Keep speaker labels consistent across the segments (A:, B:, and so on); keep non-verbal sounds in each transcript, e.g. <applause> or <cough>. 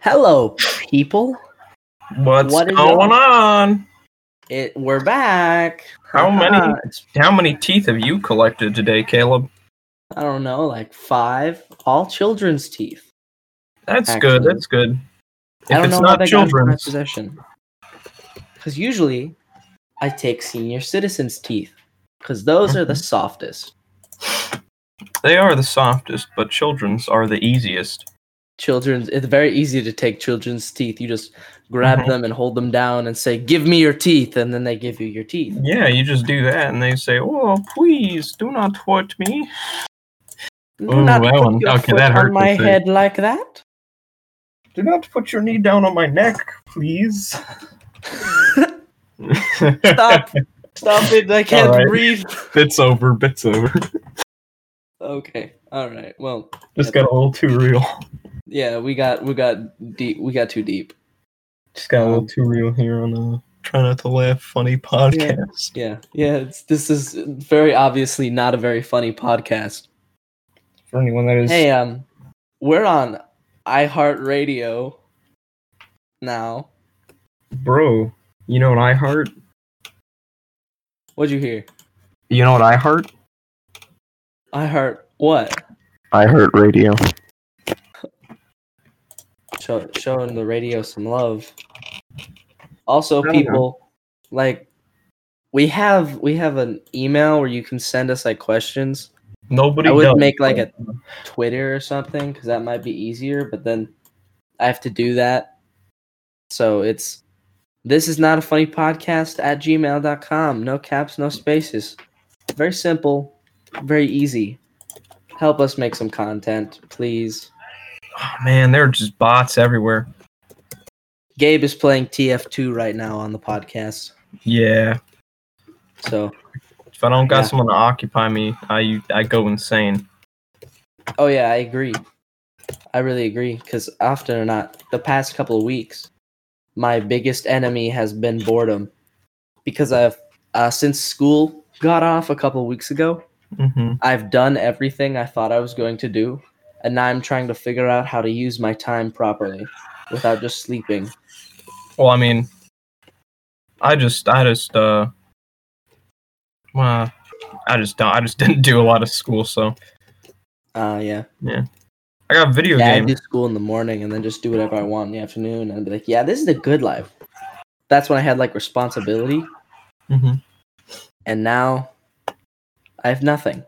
A: Hello, people.
B: What's
A: What is
B: going
A: up?
B: on?
A: It, we're back.
B: How many?
A: Uh,
B: How many teeth have you collected today, Caleb?
A: I don't know, like five. All children's teeth.
B: That's good.
A: Actually.
B: That's good.
A: I
B: If
A: don't
B: it's
A: know how
B: not
A: they got into my
B: children's,
A: possession. Because usually, I take senior citizens' teeth because those
B: Mm-hmm.
A: are the softest.
B: they are the softest, but children's are the easiest.
A: Children's. It's very easy to take children's teeth. You just grab
B: Mhm.
A: them and hold them down and say, "Give me your teeth," and then they give you your teeth.
B: Yeah, you just do that, and they say, "Oh, please, do not hurt me."
A: Do
B: Ooh,
A: not
B: that
A: put
B: one-
A: your
B: okay,
A: foot
B: that hurt
A: on
B: to
A: my
B: say.
A: head like that.
B: Do not put your knee down on my neck, <laughs> please. <laughs>
A: Stop. Stop it. I can't
B: right.
A: breathe.
B: Bits over. Bits over.
A: Okay. All right. Well,
B: Just got a little too real.
A: yeah, we got we got deep we got too deep.
B: Just got a little too real here on the try not to laugh funny podcast.
A: Yeah. Yeah, it's, this is very obviously not a very funny podcast.
B: For anyone that is,
A: Hey, um we're on iHeartRadio now.
B: bro, you know what I heart?
A: What'd you hear?
B: You know what I heart?
A: I heart what?
B: I heart radio.
A: Show, showing the radio some love. Also,
B: I don't know.
A: people like we have we have an email where you can send us like questions.
B: Nobody. Oh,
A: I would
B: does.
A: make, like, a- Twitter or something because that might be easier. But then I have to do that. So it's this is not a funny podcast at gmail.com. No caps, no spaces. Very simple, very easy. Help us make some content, please.
B: Oh, man, there are just bots everywhere.
A: Gabe is playing TF2 right now on the podcast.
B: Yeah.
A: So,
B: If I don't got
A: Yeah.
B: someone to occupy me, I I go insane.
A: oh yeah, I agree. I really agree because often or not, the past couple of weeks, my biggest enemy has been boredom because I've uh, since school got off a couple of weeks ago.
B: Mm-hmm.
A: I've done everything I thought I was going to do, and now I'm trying to figure out how to use my time properly without just sleeping.
B: Well, I mean, I just I just uh, well, I just don't I just <laughs> didn't do a lot of school, so
A: Uh, yeah.
B: I got video
A: Yeah, I
B: games.
A: do school in the morning and then just do whatever I want in the afternoon. And I'd be like, yeah, this is the good life. That's when I had like responsibility.
B: Mhm.
A: And now I have nothing.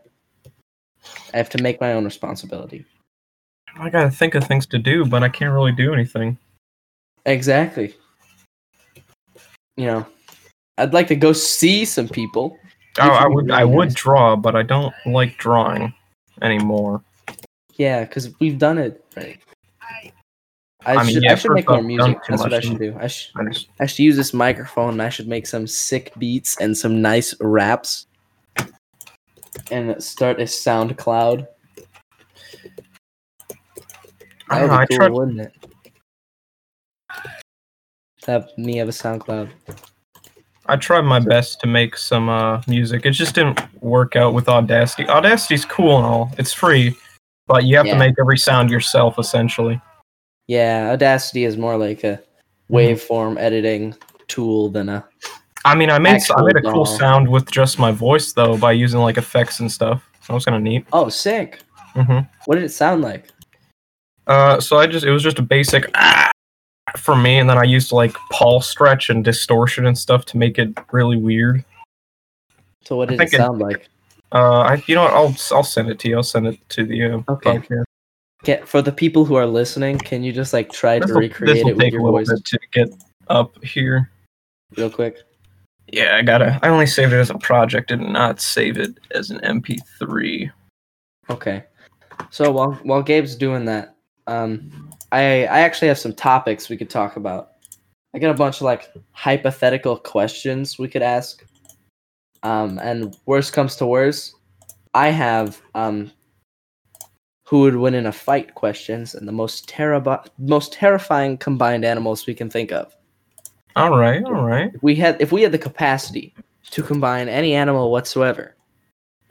A: I have to make my own responsibility.
B: I gotta think of things to do, but I can't really do anything.
A: Exactly. You know, I'd like to go see some people.
B: I,
A: Which
B: I
A: would
B: would
A: be
B: I
A: really
B: would
A: nice.
B: draw, but I don't like drawing anymore.
A: Yeah, because we've done it. Right. I,
B: I mean,
A: should,
B: yeah,
A: I should
B: first
A: make
B: off,
A: more
B: done
A: music.
B: too
A: That's what I
B: much.
A: should do. I, sh-
B: I just
A: I should use this microphone and I should make some sick beats and some nice raps and start a SoundCloud.
B: I
A: That would
B: don't know.
A: be
B: I
A: cool,
B: tried
A: wouldn't it? To Have me have a SoundCloud.
B: I tried my best to make some uh, music. It just didn't work out with Audacity. Audacity's cool and all; it's free, but you have
A: Yeah.
B: to make every sound yourself, essentially.
A: Yeah, Audacity is more like a waveform editing tool than a.
B: I mean, I made s- I
A: Actual
B: made a cool
A: doll.
B: sound with just my voice though by using like effects and stuff. So that was kind of neat.
A: Oh, sick!
B: hmm
A: What did it sound like?
B: Uh, so I just it was just a basic ah for me, and then I used like Paul stretch and distortion and stuff to make it really weird.
A: So what
B: I
A: did it
B: think it-
A: sound like?
B: Uh, I, you know what? I'll I'll send it to you. I'll send it to the uh,
A: Okay.
B: podcast.
A: Get for the people who are listening. Can you just like try to
B: This'll-
A: recreate
B: this'll
A: it with your voice
B: bit to get up here.
A: real quick?
B: Yeah, I gotta. I only saved it as a project, did not save it as an MP3.
A: Okay. So while while Gabe's doing that, um, I I actually have some topics we could talk about. I got a bunch of like hypothetical questions we could ask. Um, and worst comes to worst, I have um, who would win in a fight questions and the most terrib- most terrifying combined animals we can think of.
B: All right, all right.
A: If we had if we had the capacity to combine any animal whatsoever,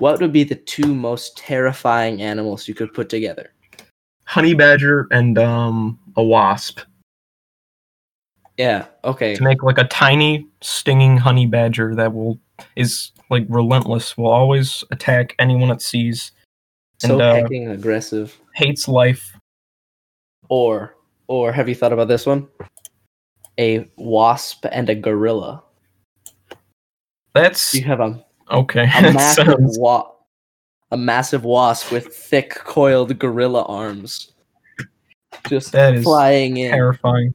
A: what would be the two most terrifying animals you could put together?
B: Honey badger and um a wasp.
A: Yeah. Okay.
B: to make like a tiny stinging honey badger that will is like relentless will always attack anyone it sees
A: So
B: and, uh,
A: fucking aggressive.
B: hates life
A: Or or have you thought about this one? A wasp and a gorilla.
B: that's
A: You have
B: <laughs>
A: a,
B: okay
A: a
B: <laughs> That
A: massive
B: sounds-
A: wa- a massive wasp with thick coiled gorilla arms. Just
B: That is
A: flying in.
B: terrifying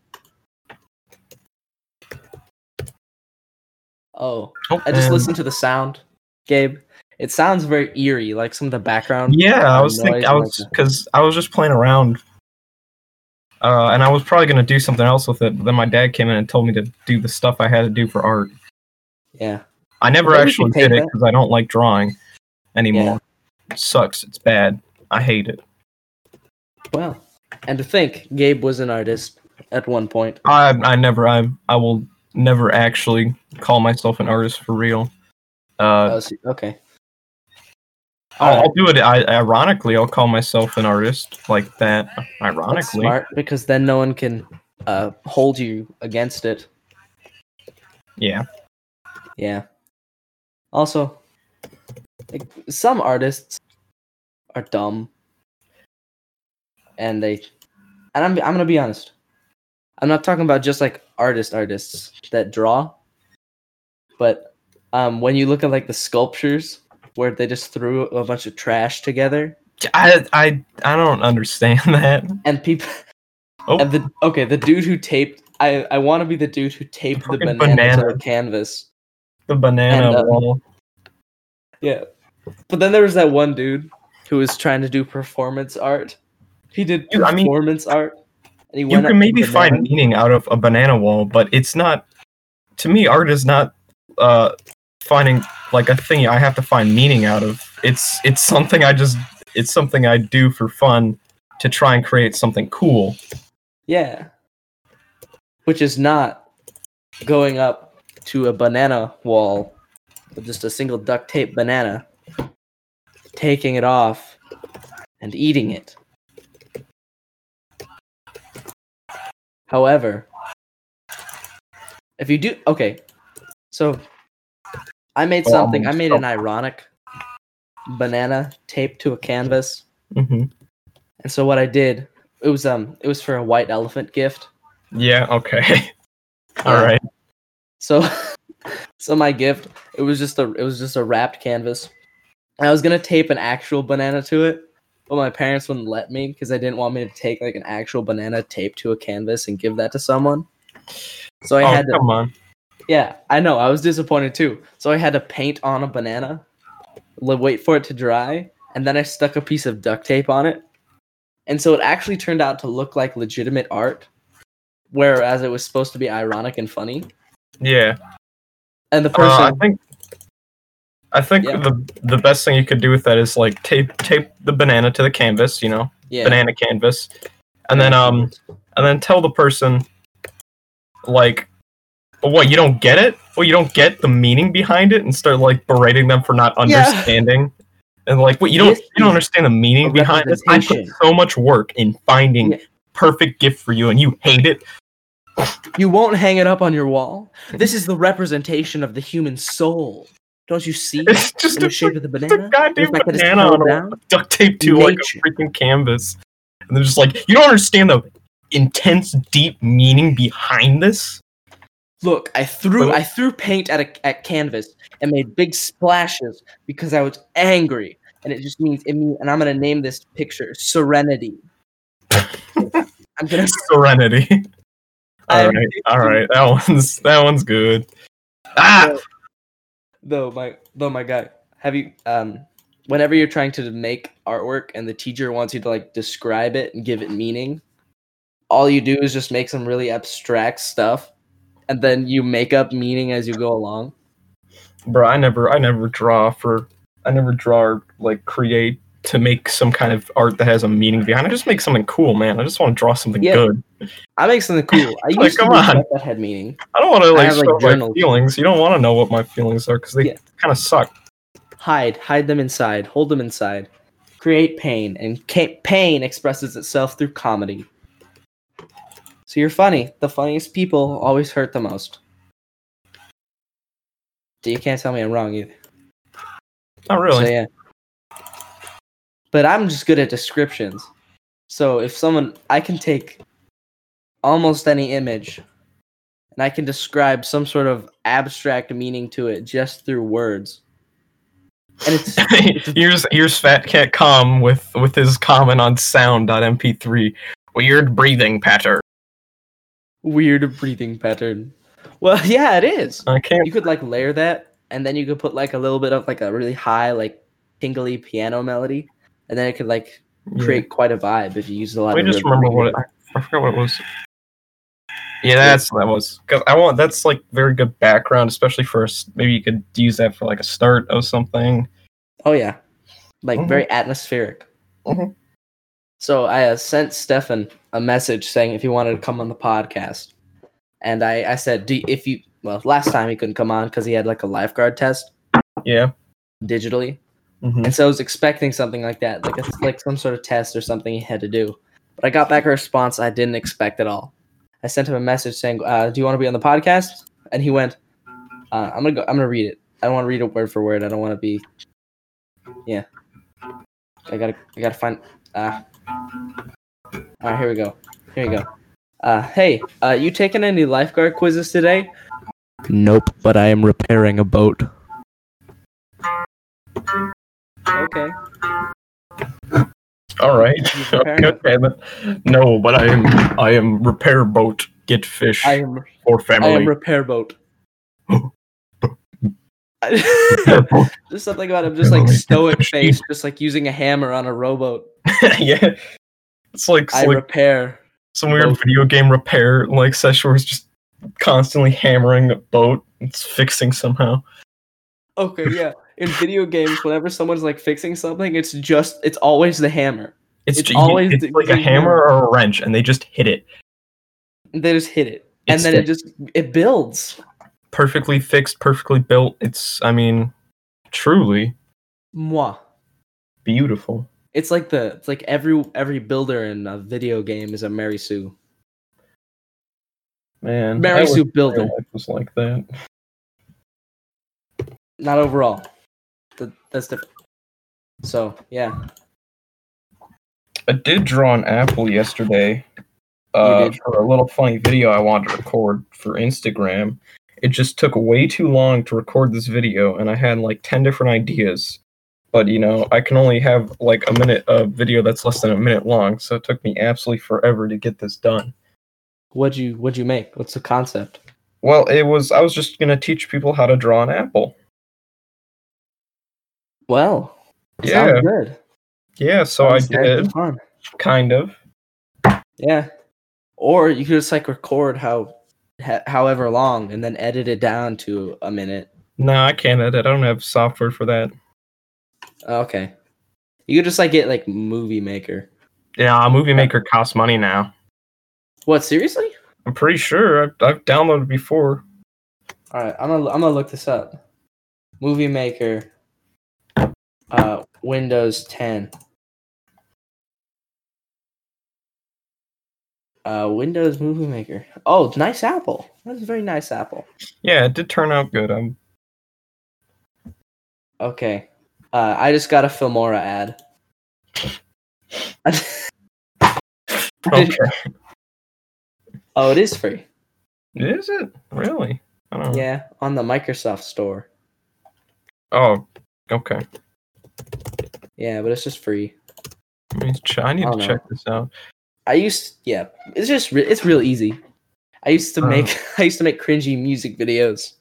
A: Oh.
B: oh,
A: I just
B: and-
A: listened to the sound, Gabe. It sounds very eerie, like some of the background.
B: yeah i
A: uh,
B: was thinking
A: noise
B: i
A: and, like,
B: was because i was just playing around uh, and i was probably going to do something else with it but then my dad came in and told me to do the stuff i had to do for art
A: Yeah.
B: I never
A: Maybe we
B: actually
A: should take
B: did it
A: that.
B: because I don't like drawing anymore. It sucks. It's bad. I hate it.
A: Well, and to think, Gabe was an artist at one point.
B: I I never I I will never actually call myself an artist for real. Uh,
A: Oh, so- okay.
B: I'll,
A: alright.
B: I'll do it. I, ironically, I'll call myself an artist like that.
A: That's
B: Ironically,
A: smart because then no one can uh, hold you against it.
B: yeah.
A: Yeah. Also, like, some artists are dumb, and they, and I'm I'm gonna be honest. I'm not talking about just like artist artists that draw, but um, when you look at like the sculptures where they just threw a bunch of trash together
B: I I I don't understand <laughs> that.
A: and people
B: Oh.
A: and the okay the dude who taped I I want to be the dude who taped the
B: Fucking
A: banana, to
B: banana.
A: the canvas
B: The banana
A: And, uh,
B: wall.
A: Yeah. But then there was that one dude who was trying to do performance art. He did
B: Dude, I mean,
A: performance art. And he
B: You
A: went up to
B: can maybe
A: the
B: find
A: man-
B: meaning out of a banana wall, but it's not. To me, art is not uh, finding like a thing I have to find meaning out of. It's it's something I just it's something I do for fun to try and create something cool.
A: Yeah. Which is not going up to a banana wall with just a single duct tape banana, taking it off and eating it. However, if you do okay, so I made
B: Oh,
A: something. I
B: almost.
A: made an ironic banana taped to a canvas.
B: hmm
A: And so what I did, it was um it was for a white elephant gift.
B: Yeah. Okay. <laughs> All
A: Yeah.
B: right.
A: So <laughs> so my gift, it was just a it was just a wrapped canvas. I was gonna tape an actual banana to it, but my parents wouldn't let me because they didn't want me to take like an actual banana taped to a canvas and give that to someone. So I
B: oh,
A: had to
B: come on.
A: Yeah, I know, I was disappointed too. So I had to paint on a banana, li- wait for it to dry, and then I stuck a piece of duct tape on it. And so it actually turned out to look like legitimate art, whereas it was supposed to be ironic and funny.
B: Yeah.
A: And the person
B: Uh, I think. I think
A: Yeah.
B: the the best thing you could do with that is like tape tape the banana to the canvas. You know.
A: yeah.
B: banana canvas and then um and then tell the person like what you don't get it well you don't get the meaning behind it and start like berating them for not
A: Yeah.
B: understanding and like what you don't
A: This
B: you don't understand the
A: a
B: meaning behind this i put
A: representation.
B: so much work in finding
A: Yeah.
B: perfect gift for you and you hate it
A: You won't hang it up on your wall. This is the representation of the human soul. Don't you see?
B: it's just
A: In the
B: a,
A: shape of the
B: it's a
A: banana.
B: goddamn
A: It's like that it's
B: banana
A: pulled
B: on a
A: down.
B: duct tape to like
A: Nature.
B: a freaking canvas and they're just like you don't understand the intense deep meaning behind this
A: Look, I threw
B: Well-
A: I threw paint at a at canvas and made big splashes because I was angry. And it just means it means, and I'm gonna name this picture Serenity.
B: <laughs>
A: I'm gonna
B: Serenity. <laughs>
A: I
B: All
A: am
B: right, all right. That one's that one's good. Ah,
A: though my though my guy. Have you um whenever you're trying to make artwork and the teacher wants you to like describe it and give it meaning, all you do is just make some really abstract stuff and then you make up meaning as you go along.
B: bro. I never, I never draw for. I never draw or like create to make some kind of art that has a meaning behind. it. I just make something cool, man. I just want to draw something
A: Yeah.
B: good.
A: I make something cool. I
B: <laughs> Like,
A: used to
B: come
A: do
B: on.
A: stuff that had meaning.
B: I don't want to
A: I
B: like
A: have, like,
B: show my
A: journals.
B: feelings. You don't want to know what my feelings are because they
A: Yeah.
B: kind of suck.
A: hide hide them inside hold them inside create pain and ca- pain expresses itself through comedy So you're funny. The funniest people always hurt the most. So you can't tell me I'm wrong either.
B: Not really.
A: So yeah. But I'm just good at descriptions. So if someone I can take almost any image and I can describe some sort of abstract meaning to it just through words. And it's
B: <laughs> here's here's Fat Cat Com with with his comment on sound.mp3. Weird breathing pattern.
A: weird breathing pattern. Well, <laughs> yeah, it is.
B: I can't.
A: You could like layer that and then you could put like a little bit of like a really high like tingly piano melody and then it could like create quite a vibe if you use a lot
B: I
A: of
B: just
A: rhythm.
B: remember what it, I forgot what it was. Yeah, that's what that was. Cause I want that's like very good background, especially for us. Maybe you could use that for like a start of something.
A: Oh yeah, like
B: Mhm.
A: very atmospheric. Mm-hmm.
B: Mhm.
A: So I uh, sent Stefan a message saying if he wanted to come on the podcast, and I I said Do, if you well last time he couldn't come on because he had like a lifeguard test
B: Yeah.
A: digitally,
B: hmm
A: and so I was expecting something like that, like a, like some sort of test or something he had to do. But I got back a response I didn't expect at all. I sent him a message saying, uh, "Do you want to be on the podcast?" And he went, uh, "I'm gonna go. I'm gonna read it. I don't want to read it word for word. I don't want to be." Yeah. I gotta. I gotta find. Uh... All right. Here we go. Here we go. Uh, hey, uh, you taking any lifeguard quizzes today? Nope, but I am repairing a boat. Okay.
B: All right. <laughs>
A: He's repairing
B: okay, okay, but no, but I am I am repair boat get fish
A: I am
B: for
A: I am
B: family.
A: repair
B: <gasps>
A: boat. <laughs>
B: Repair boat.
A: just something about him, just like stoic face, just like using a hammer on a rowboat.
B: <laughs> yeah, it's like, it's
A: I
B: like
A: repair.
B: some weird
A: boat.
B: video game repair. Like Seshore is just constantly hammering a boat. It's fixing somehow.
A: Okay, yeah. In video games, whenever someone's like fixing something, it's just it's always the hammer.
B: It's,
A: It's
B: ju-
A: always
B: it's
A: the-
B: like a
A: the-
B: hammer or a wrench, and they just hit it.
A: And they just hit it, and
B: It's
A: then it just it builds.
B: perfectly fixed, perfectly built. It's I mean, truly
A: Moi.
B: beautiful.
A: It's like the it's like every every builder in a video game is a Mary Sue.
B: Man, I
A: Mary
B: wish
A: Sue
B: my
A: builder.
B: life was like that.
A: not overall. Th- that's different. So yeah,
B: I did draw an apple yesterday uh,
A: did?
B: for a little funny video I wanted to record for Instagram. It just took way too long to record this video, and I had like 10 different ideas. But you know, I can only have like a minute of video that's less than a minute long, so it took me absolutely forever to get this done.
A: what'd you what'd you make? What's the concept?
B: Well, it was, I was just gonna teach people how to draw an apple.
A: Well,
B: Yeah,
A: sounds good.
B: yeah, so I
A: Sounds like
B: did,
A: fun.
B: kind of.
A: Yeah, or you could just like record how ha- however long and then edit it down to a minute.
B: No, I can't edit, I don't have software for that.
A: Okay, you could just like get like Movie Maker.
B: Yeah, Movie Maker costs money now.
A: What seriously?
B: I'm pretty sure I've, I've downloaded before.
A: All right, I'm gonna I'm gonna look this up. Movie Maker, uh, Windows 10. Uh, Windows Movie Maker. Oh, nice Apple. That's a very nice Apple.
B: Yeah, it did turn out
A: <laughs>
B: good. I'm
A: Okay, uh, I just got a Filmora ad. <laughs>
B: okay.
A: oh, it is free.
B: Is it really? I don't know.
A: Yeah, on the Microsoft Store.
B: Oh, okay.
A: Yeah, but it's just free.
B: Let me ch- I need
A: I
B: to
A: don't
B: check this out.
A: I used yeah, it's just re- it's real easy. I used to
B: Uh.
A: make <laughs> I used to make cringy music videos.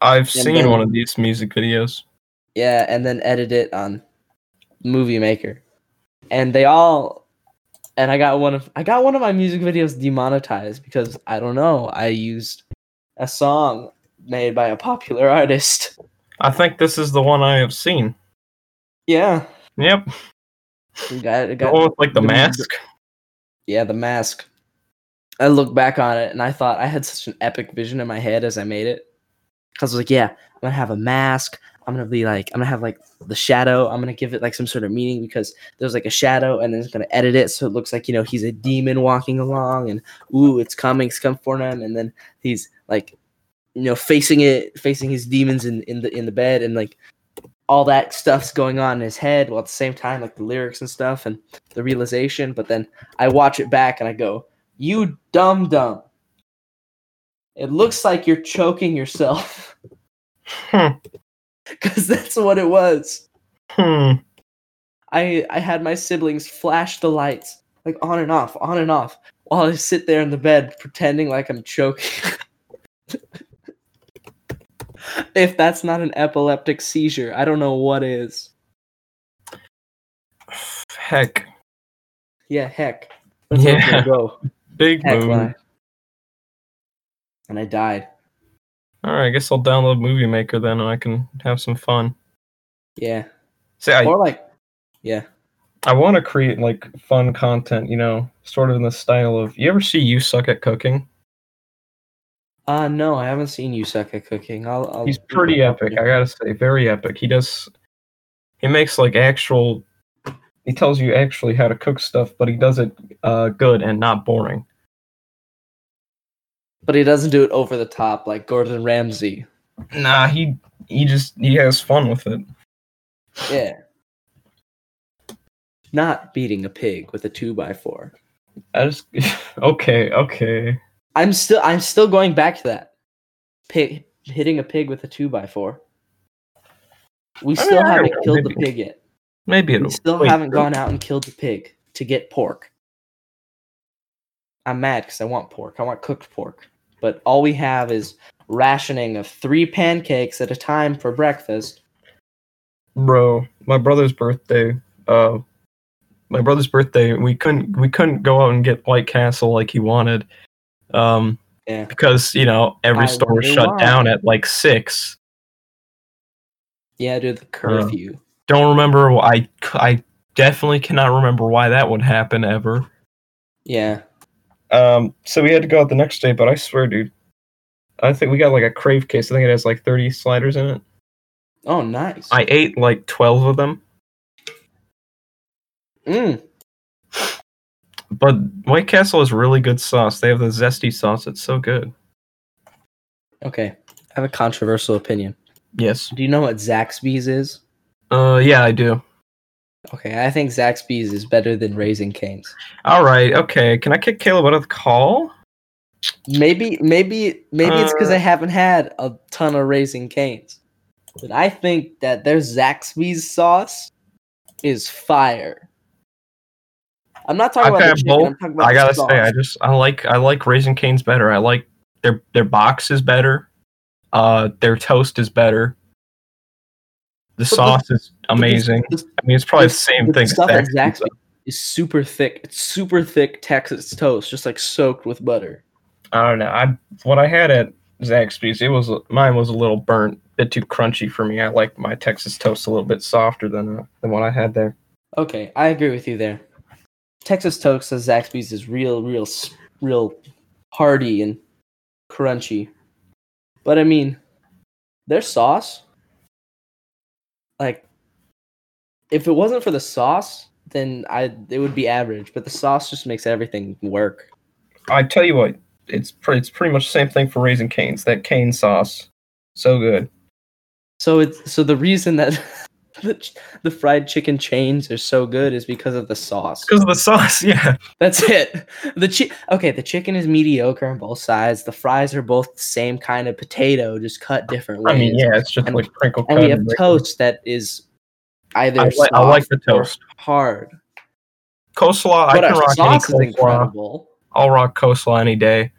B: I've
A: Yeah,
B: seen
A: then-
B: one of these music videos.
A: Yeah, and then edit it on Movie Maker. And they all and I got one of I got one of my music videos demonetized because I don't know, I used a song made by a popular <laughs> artist.
B: I think this is the one I have seen.
A: Yeah.
B: Yep,
A: it Got, it
B: the
A: got,
B: one with like the
A: the-
B: mask.
A: Yeah, the mask. I look back on it and I thought I had such an epic vision in my head as I made it. Cause I was like, yeah, I'm gonna have a mask. I'm gonna be like, I'm gonna have like the shadow. I'm gonna give it like some sort of meaning because there's like a shadow, and then it's gonna edit it so it looks like you know he's a demon walking along, and ooh, it's coming, it's come for him, and then he's like, you know, facing it, facing his demons in in the in the bed, and like all that stuff's going on in his head while at the same time like the lyrics and stuff and the realization but then i watch it back and i go you dumb dumb it looks like you're choking yourself
B: Hmm.
A: <laughs> because that's what it was
B: <laughs> Hmm.
A: i i had my siblings flash the lights like on and off on and off while i sit there in the bed pretending like i'm choking <laughs> if that's not an epileptic seizure i don't know what is
B: Heck.
A: yeah heck That's where I'm gonna
B: Yeah.
A: go.
B: <laughs> Big
A: Heck,
B: move.
A: when I- and I died.
B: Alright, I guess I'll download Movie Maker then and I can have some fun.
A: Yeah.
B: See, I,
A: or like, yeah.
B: I want to create like fun content, you know, sort of in the style of you ever see You Suck at Cooking?
A: Uh no, I haven't seen you suck at cooking. I'll. I'll
B: He's pretty epic, I gotta say, very epic. He does, he makes like actual, he tells you actually how to cook stuff, but he does it uh, good and not boring.
A: but he doesn't do it over the top like Gordon Ramsay.
B: Nah, he he just he has fun with it.
A: Yeah. Not beating a pig with a two by four.
B: I just <laughs> okay, okay.
A: I'm still. I'm still going back to that. Pig hitting a pig with a two by four. We
B: I mean,
A: still
B: I don't
A: haven't
B: know,
A: killed the
B: maybe.
A: pig yet.
B: Maybe it'll
A: We still
B: wait,
A: haven't gone out and killed the pig to get pork. I'm mad because I want pork. I want cooked pork. But all we have is rationing of three pancakes at a time for breakfast.
B: bro my brother's birthday uh my brother's birthday we couldn't we couldn't go out and get white castle like he wanted um
A: Yeah.
B: because you know every
A: I
B: store was
A: wonder
B: shut
A: why.
B: down at like six
A: Yeah, dude,
B: Uh-huh.
A: the curfew.
B: don't remember wh- i c- i definitely cannot remember why that would happen ever
A: Yeah.
B: um so we had to go out the next day but i swear dude i think we got like a crave case i think it has like 30 sliders in it
A: Oh, nice.
B: i ate like 12 of them
A: mm.
B: but white castle is really good sauce they have the zesty sauce it's so good
A: Okay. I have a controversial opinion.
B: yes
A: Do you know what Zaxby's is?
B: uh yeah i do
A: Okay, I think Zaxby's is better than Raising Cane's.
B: All right, okay. Can I kick Caleb out of the call?
A: Maybe, maybe, maybe it's because
B: Uh,
A: I haven't had a ton of raising canes, but I think that their Zaxby's sauce is fire. I'm not talking
B: I've
A: about the
B: had
A: chicken.
B: both.
A: I'm talking about
B: I
A: the
B: gotta
A: sauce.
B: say, I just I like I like Raisin Cane's better. I like their their box is better. Uh, their toast is better. The
A: the-
B: sauce is amazing.
A: the- the-
B: I mean, it's probably the,
A: the-
B: same
A: the
B: thing. as
A: stuff at
B: Zaxby's.
A: Zaxby's is super thick. It's super thick Texas toast, just like soaked with butter.
B: I don't know. I what I had at Zaxby's, it was mine was a little burnt, a bit too crunchy for me. I like my Texas toast a little bit softer than uh, than what I had there.
A: Okay, I agree with you there. Texas toast says Zaxby's is real, real, s- real hearty and crunchy. But I mean, their sauce, like, if it wasn't for the sauce, then I it would be average. But the sauce just makes everything work.
B: I tell you what, it's pretty, it's pretty much the same thing for Raisin Cane's. That cane sauce, so good.
A: So it's so the reason that <laughs> the, ch- the fried chicken chains are so good is because of the sauce.
B: Because of the sauce, <laughs> yeah.
A: That's it. The chi- okay, the chicken is mediocre on both sides. The fries are both the same kind of potato, just cut different ways.
B: I mean, yeah, it's just
A: And-
B: like crinkle cut.
A: And we have
B: and-
A: toast that is either
B: I, like, I like the
A: soft or
B: toast.
A: hard.
B: Coleslaw,
A: but
B: I
A: our
B: can rock
A: sauce is
B: any coleslaw.
A: incredible.
B: I'll rock coleslaw any day.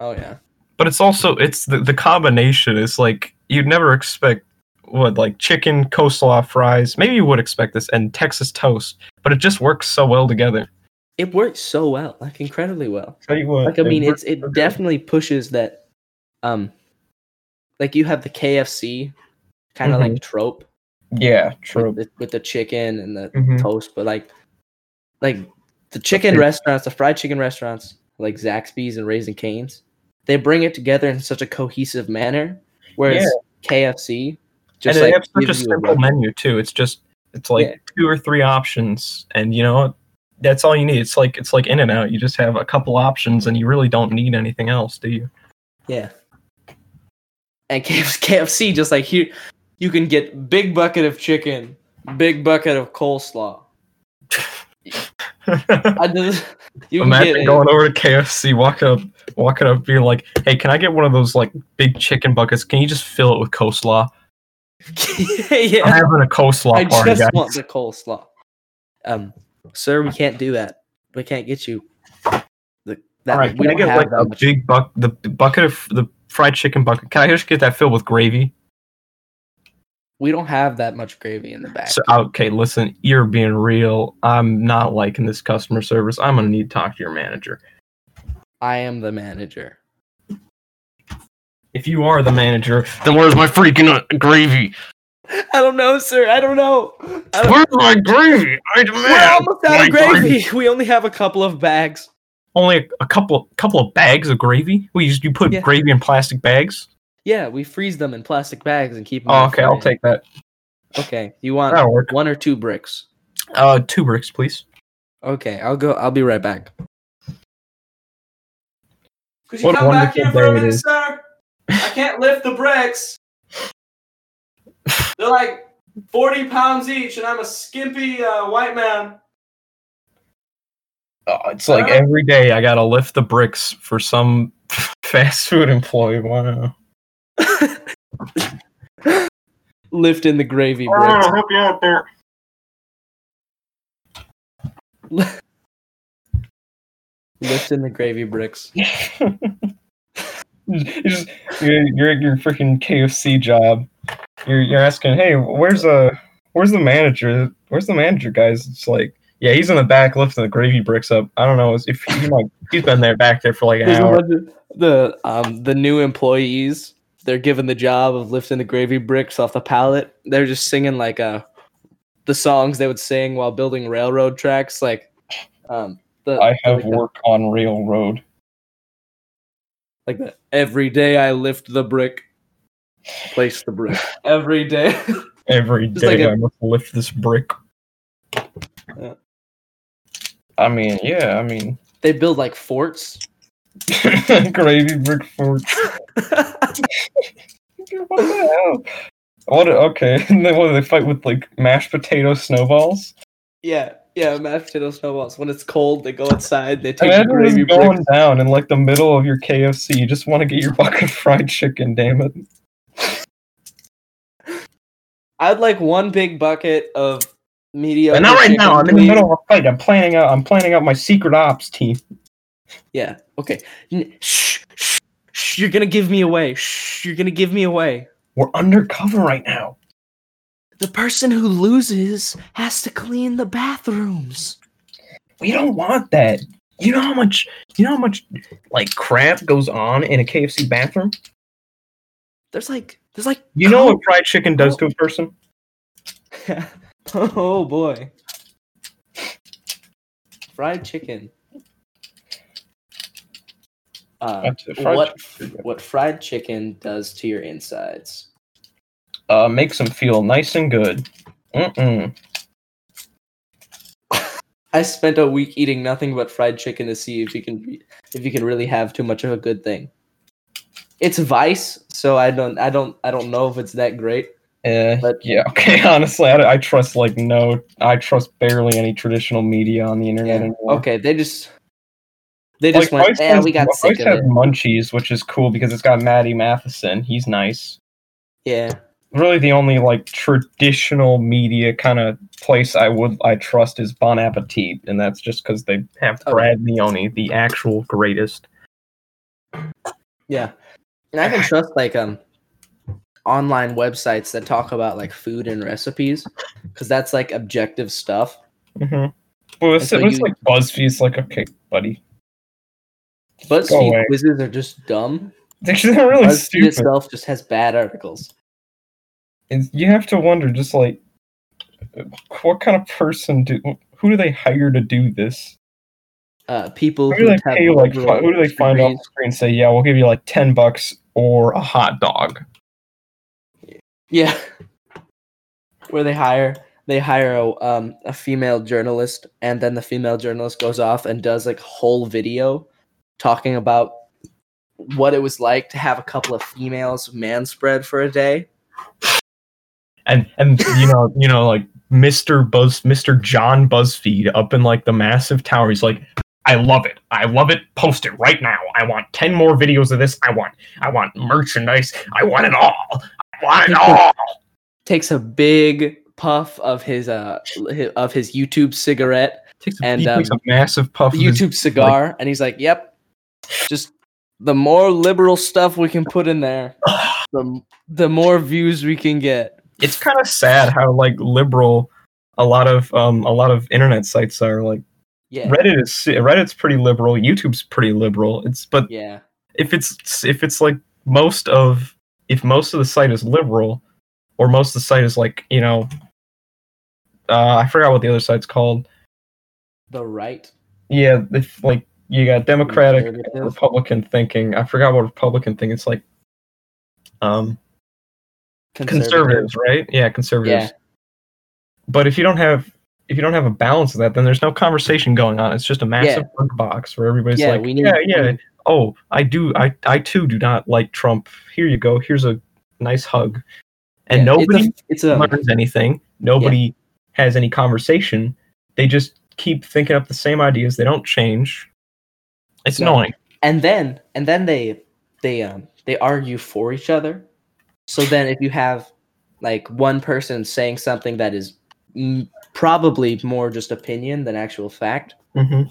A: Oh yeah,
B: But it's also it's the, the combination is like you'd never expect what like chicken coleslaw fries. Maybe you would expect this and Texas toast, but it just works so well together.
A: it works so well, like incredibly well.
B: Tell you what,
A: Like I mean, it's it
B: okay.
A: definitely pushes that, um, like you have the KFC kind of
B: Mm-hmm.
A: like trope
B: yeah,
A: with
B: true.
A: the, with the chicken and the
B: Mhm.
A: toast, but like, like the chicken
B: Okay.
A: restaurants, the fried chicken restaurants, like Zaxby's and Raising Cane's, they bring it together in such a cohesive manner. Whereas KFC
B: and
A: just
B: they
A: like
B: have such a
A: gives you a
B: simple
A: run-
B: menu too. It's just it's like
A: Yeah.
B: two or three options, and you know what? that's all you need. It's like it's like In and Out. You just have a couple options, and you really don't need anything else, do you?
A: Yeah. And <laughs> KFC, KFC just like here, you can get big bucket of chicken, big bucket of coleslaw. I just, <laughs> you can get
B: Imagine
A: a-
B: going over to KFC, walking up, walking up, being like, "Hey, can I get one of those like big chicken buckets? Can you just fill it with coleslaw? I'm
A: <laughs> yeah,
B: having a coleslaw
A: I
B: party,
A: just
B: guys."
A: want the coleslaw. Um, sir, we can't do that. We can't get you. The, that
B: All right,
A: we
B: can I
A: don't
B: get
A: have
B: like
A: that
B: a
A: much.
B: big buck, the the bucket of the fried chicken bucket? Can I just get that filled with gravy?
A: We don't have that much gravy in the back.
B: So, okay, listen, you're being real. I'm not liking this customer service. I'm gonna need to talk to your manager.
A: I am the manager. <laughs>
B: If you are the manager, then where's my freaking uh, gravy?
A: I don't know, sir. I don't know. I
B: <laughs>
A: don't-
B: Where's my gravy? I demand.
A: we're almost out of
B: my
A: gravy. <laughs> We only have a couple of bags.
B: Only a, a couple, couple of bags of gravy. We just you put
A: Yeah.
B: gravy in plastic bags.
A: Yeah, we freeze them in plastic bags and keep them. in
B: Oh,
A: the
B: okay, I'll
A: fridge.
B: take that.
A: Okay, you want
B: That'll work.
A: one or two bricks?
B: Uh, two bricks, please.
A: Okay, I'll go. I'll be right back. Could
B: you What come back wonderful here for a day it minute, is.
A: sir? I can't lift the <laughs> bricks. They're like forty pounds each, and I'm a skimpy uh, white <laughs> man.
B: Oh, it's like
A: Uh.
B: every day I gotta lift the bricks for some <laughs> fast food employee. Wow.
A: Lift in the gravy bricks.
B: help you out there.
A: Lift in the gravy bricks.
B: you just, you're, you're at your freaking KFC job. You're, you're asking, hey, where's uh where's the manager? Where's the manager, guys? It's like, yeah, he's in the back lifting the gravy bricks up. I don't know if he might, he's been there back there for like an
A: There's a
B: hour.
A: bunch of- the um the new employees they're given the job of lifting the gravy bricks off the pallet they're just singing like uh the songs they would sing while building railroad tracks like um the
B: I have
A: like, the,
B: work on railroad.
A: like the every day i lift the brick place the brick every day <laughs>
B: Every
A: Just
B: day
A: like a-
B: I must lift this brick.
A: Yeah.
B: I mean, yeah, I mean, <laughs>
A: they build like forts
B: gravy brick fort. What the hell? What? Okay, <laughs> and then what? do They fight with like mashed potato snowballs.
A: yeah yeah mashed potato snowballs when it's cold they go outside they take the
B: Imagine
A: gravy
B: just going
A: bricks
B: down in like the middle of your KFC. You just want to get your <laughs> bucket of fried chicken. Damn it!
A: i'd like one big bucket of mediocre
B: and not right
A: chicken,
B: now. I'm in
A: please.
B: the middle of a fight. I'm planning out. I'm planning out my secret ops team.
A: Yeah. Okay. N- Shh, shh, shh. You're gonna give me away. Shh. You're gonna give me away.
B: We're undercover right now.
A: The person who loses has to clean the bathrooms.
B: We don't want that. You know how much. You know how much like crap goes on in a KFC bathroom.
A: There's like, there's like.
B: You know what fried chicken does to a person?
A: what? <laughs> oh boy. Fried chicken. Uh,
B: That's a fried
A: what
B: chicken.
A: what fried chicken does to your insides?
B: Uh, makes them feel nice and good. Mm-mm.
A: I spent a week eating nothing but fried chicken to see if you can if you can really have too much of a good thing. It's vice, so I don't I don't I don't know if it's that great.
B: Uh,
A: But-
B: yeah. <laughs> Okay. Honestly, I, I trust like no. I trust barely any traditional media on the internet
A: Yeah.
B: anymore.
A: Okay, they just they just
B: like,
A: went,
B: Vice
A: yeah,
B: has-
A: we got
B: Vice
A: sick of
B: has
A: it.
B: Munchies, which is cool because it's got Maddie Matheson. He's nice.
A: Yeah.
B: Really, the only like traditional media kind of place I would I trust is Bon Appetit, and that's just because they have
A: Oh.
B: Brad Leone, the actual greatest.
A: Yeah. And I can trust like um online websites that talk about like food and recipes cuz that's like objective stuff.
B: Mm-hmm. Well, it's,
A: so
B: it's
A: you-
B: like BuzzFeed's like, okay, buddy, <laughs> away.
A: BuzzFeed quizzes are just
B: <laughs>
A: dumb.
B: they're really
A: BuzzFeed
B: stupid.
A: itself just has bad articles.
B: It's, you have to wonder, just like, what kind of person do who do they hire to do this?
A: uh, people
B: Who do
A: who
B: they
A: have
B: pay like?
A: liberal
B: Fi- who do they find off
A: degrees.
B: the screen? And say, yeah, we'll give you like ten bucks or a hot dog.
A: Yeah, <laughs> where they hire they hire a, um, a female journalist, and then the female journalist goes off and does like whole video talking about what it was like to have a couple of females manspread for a day.
B: And and you know you know like Mister Buzz Mister John Buzzfeed up in like the massive tower. He's like, I love it. I love it. Post it right now. I want ten more videos of this. I want I want merchandise. I want it all. I want it all.
A: Takes a big puff of his uh hi- of his YouTube cigarette
B: Takes
A: And,
B: he takes
A: um,
B: a massive puff.
A: the
B: of his-
A: YouTube cigar, and he's like, "Yep, just the more liberal stuff we can put in
B: <sighs>
A: there, the the more views we can get."
B: it's kind of sad how like liberal a lot of um a lot of internet sites are like
A: Yeah,
B: reddit is reddit's pretty liberal youtube's pretty liberal it's but
A: yeah,
B: if it's if it's like most of if most of the site is liberal or most of the site is like you know uh i forgot what the other site's called
A: the right.
B: yeah if like you got democratic and
A: Conservative?
B: republican thinking i forgot what republican thing it's like um conservatives, right? Yeah, conservatives.
A: Yeah.
B: But if you don't have if you don't have a balance of that, then there's no conversation going on. It's just a massive bug box where everybody's
A: Yeah,
B: like,
A: we need-
B: yeah,
A: we
B: yeah.
A: need-
B: Oh, I do. I I too do not like Trump. Here you go. Here's a nice hug. And
A: Yeah,
B: nobody
A: It's a, it's a
B: learns anything. Nobody has any conversation. They just keep thinking up the same ideas. They don't change. It's
A: No.
B: annoying.
A: and then and then they they um they argue for each other. So then, if you have like one person saying something that is mm, probably more just opinion than actual fact,
B: hmm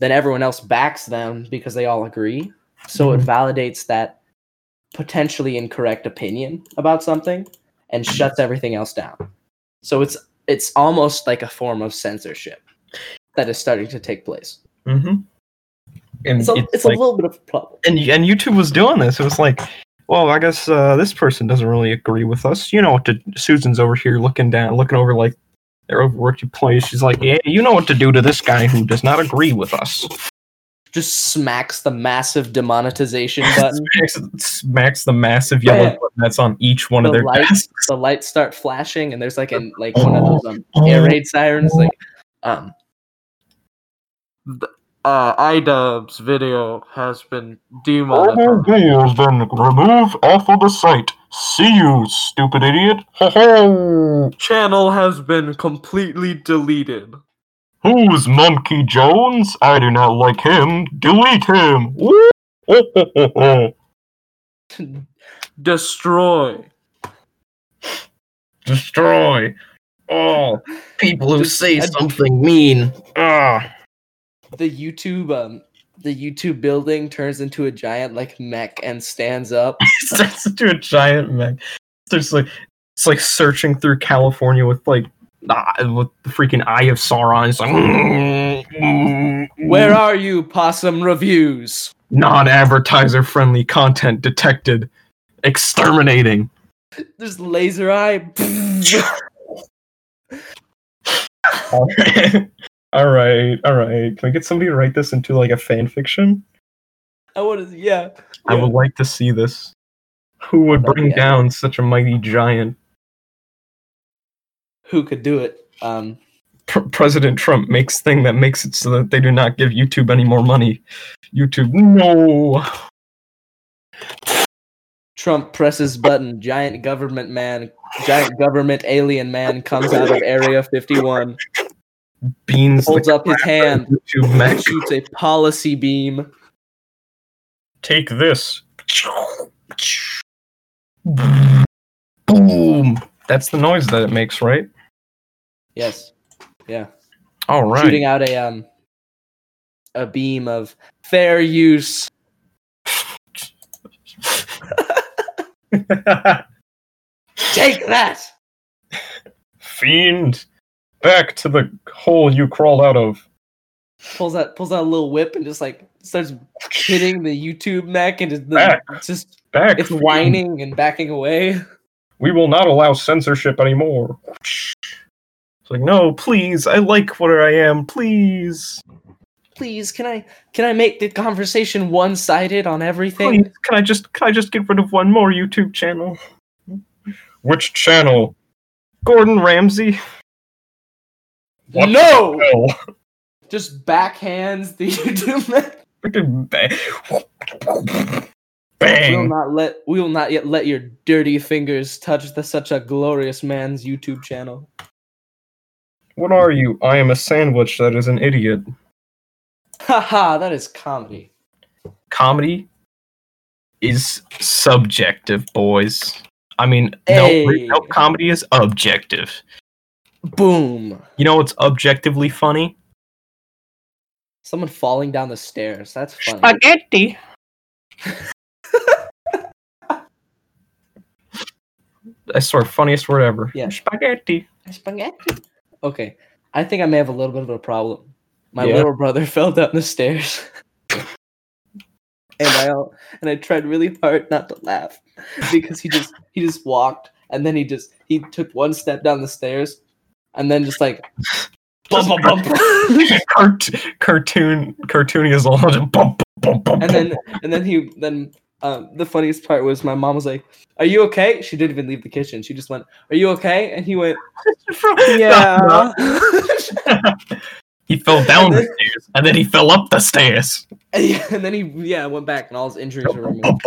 A: then everyone else backs them because they all agree. So
B: Mm-hmm.
A: it validates that potentially incorrect opinion about something and shuts everything else down. So it's it's almost like a form of censorship that is starting to take place.
B: hmm And
A: It's a, it's,
B: like-
A: a little bit of a problem.
B: and and YouTube was doing this. It was like, well, I guess uh, this person doesn't really agree with us. You know what to? Susan's over here looking down, looking over like their overworked employees. She's like, yeah, you know what to do to this guy who does not agree with us.
A: Just smacks the massive
B: <laughs>
A: demonetization button.
B: Smacks, smacks the massive yellow
A: Yeah.
B: button that's on each one of
A: the
B: their
A: lights
B: desks.
A: the lights start flashing and there's like an like one of those um,
B: Oh.
A: air raid sirens like um uh, iDubbbz video has been demonetized.
B: video has been removed off of the site. See you, stupid idiot.
A: Channel has been completely deleted.
B: Who's Monkey Jones? I do not like him. Delete him.
A: Destroy.
B: Destroy all people who
A: Just-
B: say
A: I-
B: something mean. Ah, <laughs>
A: The YouTube um the YouTube building turns into a giant like mech and stands up.
B: <laughs> it's such a giant man. It's just like it's like searching through California with like ah, with the freaking Eye of Sauron. It's like Mm-hmm.
A: Where are you, possum reviews?
B: non-advertiser friendly content detected, exterminating.
A: There's laser eye.
B: <laughs>
A: <laughs>
B: all right, all right. Can I get somebody to write this into like a fan fiction?
A: I want to yeah.
B: I
A: Yeah.
B: would like to see this. Who would
A: That'd
B: bring
A: be epic.
B: down such a mighty giant?
A: Who could do it? Um
B: Pr- President Trump makes thing that makes it so that they do not give YouTube any more money. YouTube, no.
A: Trump presses button. Giant government man, giant government alien man comes out of Area 51,
B: Beans the
A: holds up his hand,
B: YouTube Mac.
A: shoots a policy beam.
B: Take this. Boom. That's the noise that it makes, right?
A: Yes,
B: All right.
A: shooting out a um, a beam of fair use. Take that.
B: <laughs> Fiend, back to the hole you crawled out of.
A: Pulls out pulls out a little whip and just like starts hitting the YouTube mech and just the,
B: Back.
A: it's just
B: Back.
A: it's
B: fiend.
A: whining and backing away.
B: we will not allow censorship anymore. It's like, no, please, I like where I am, please.
A: please can I can I make the conversation one sided on everything?
B: Please, can I just can I just get rid of one more YouTube channel? Which channel? Gordon Ramsay. What
A: no,
B: No.
A: just backhands the <laughs> YouTube. man.
B: Bang.
A: We'll
B: Bang.
A: not let we will not yet let your dirty fingers touch the such a glorious man's YouTube channel.
B: What are you? I am a sandwich that is an idiot.
A: Haha, that is comedy.
B: Comedy is subjective, boys. I mean, no,
A: Hey.
B: no comedy is objective.
A: Boom.
B: You know what's objectively funny?
A: Someone falling down the stairs. That's funny.
B: Spaghetti. <laughs> That's our funniest word ever.
A: Yeah.
B: Spaghetti.
A: Spaghetti. Okay, I think I may have a little bit of a problem. My
B: Yeah?
A: little brother <laughs> fell down the stairs, <laughs> and I al- and I tried really hard not to laugh because he just he just walked and then he just he took one step down the stairs and then just like bump bump <laughs> bump.
B: Cart- cartoon cartoony as all bump, bump, bump, bump,
A: and then and then he then um, the funniest part was my mom was like, "Are you okay?" She didn't even leave the kitchen. She just went, "Are you okay?" And he went,
B: <laughs>
A: "Yeah."
B: He fell down
A: And
B: the
A: then-
B: stairs, and then he fell up the stairs.
A: and, he- <laughs> and then he yeah went back, and all his injuries were removed.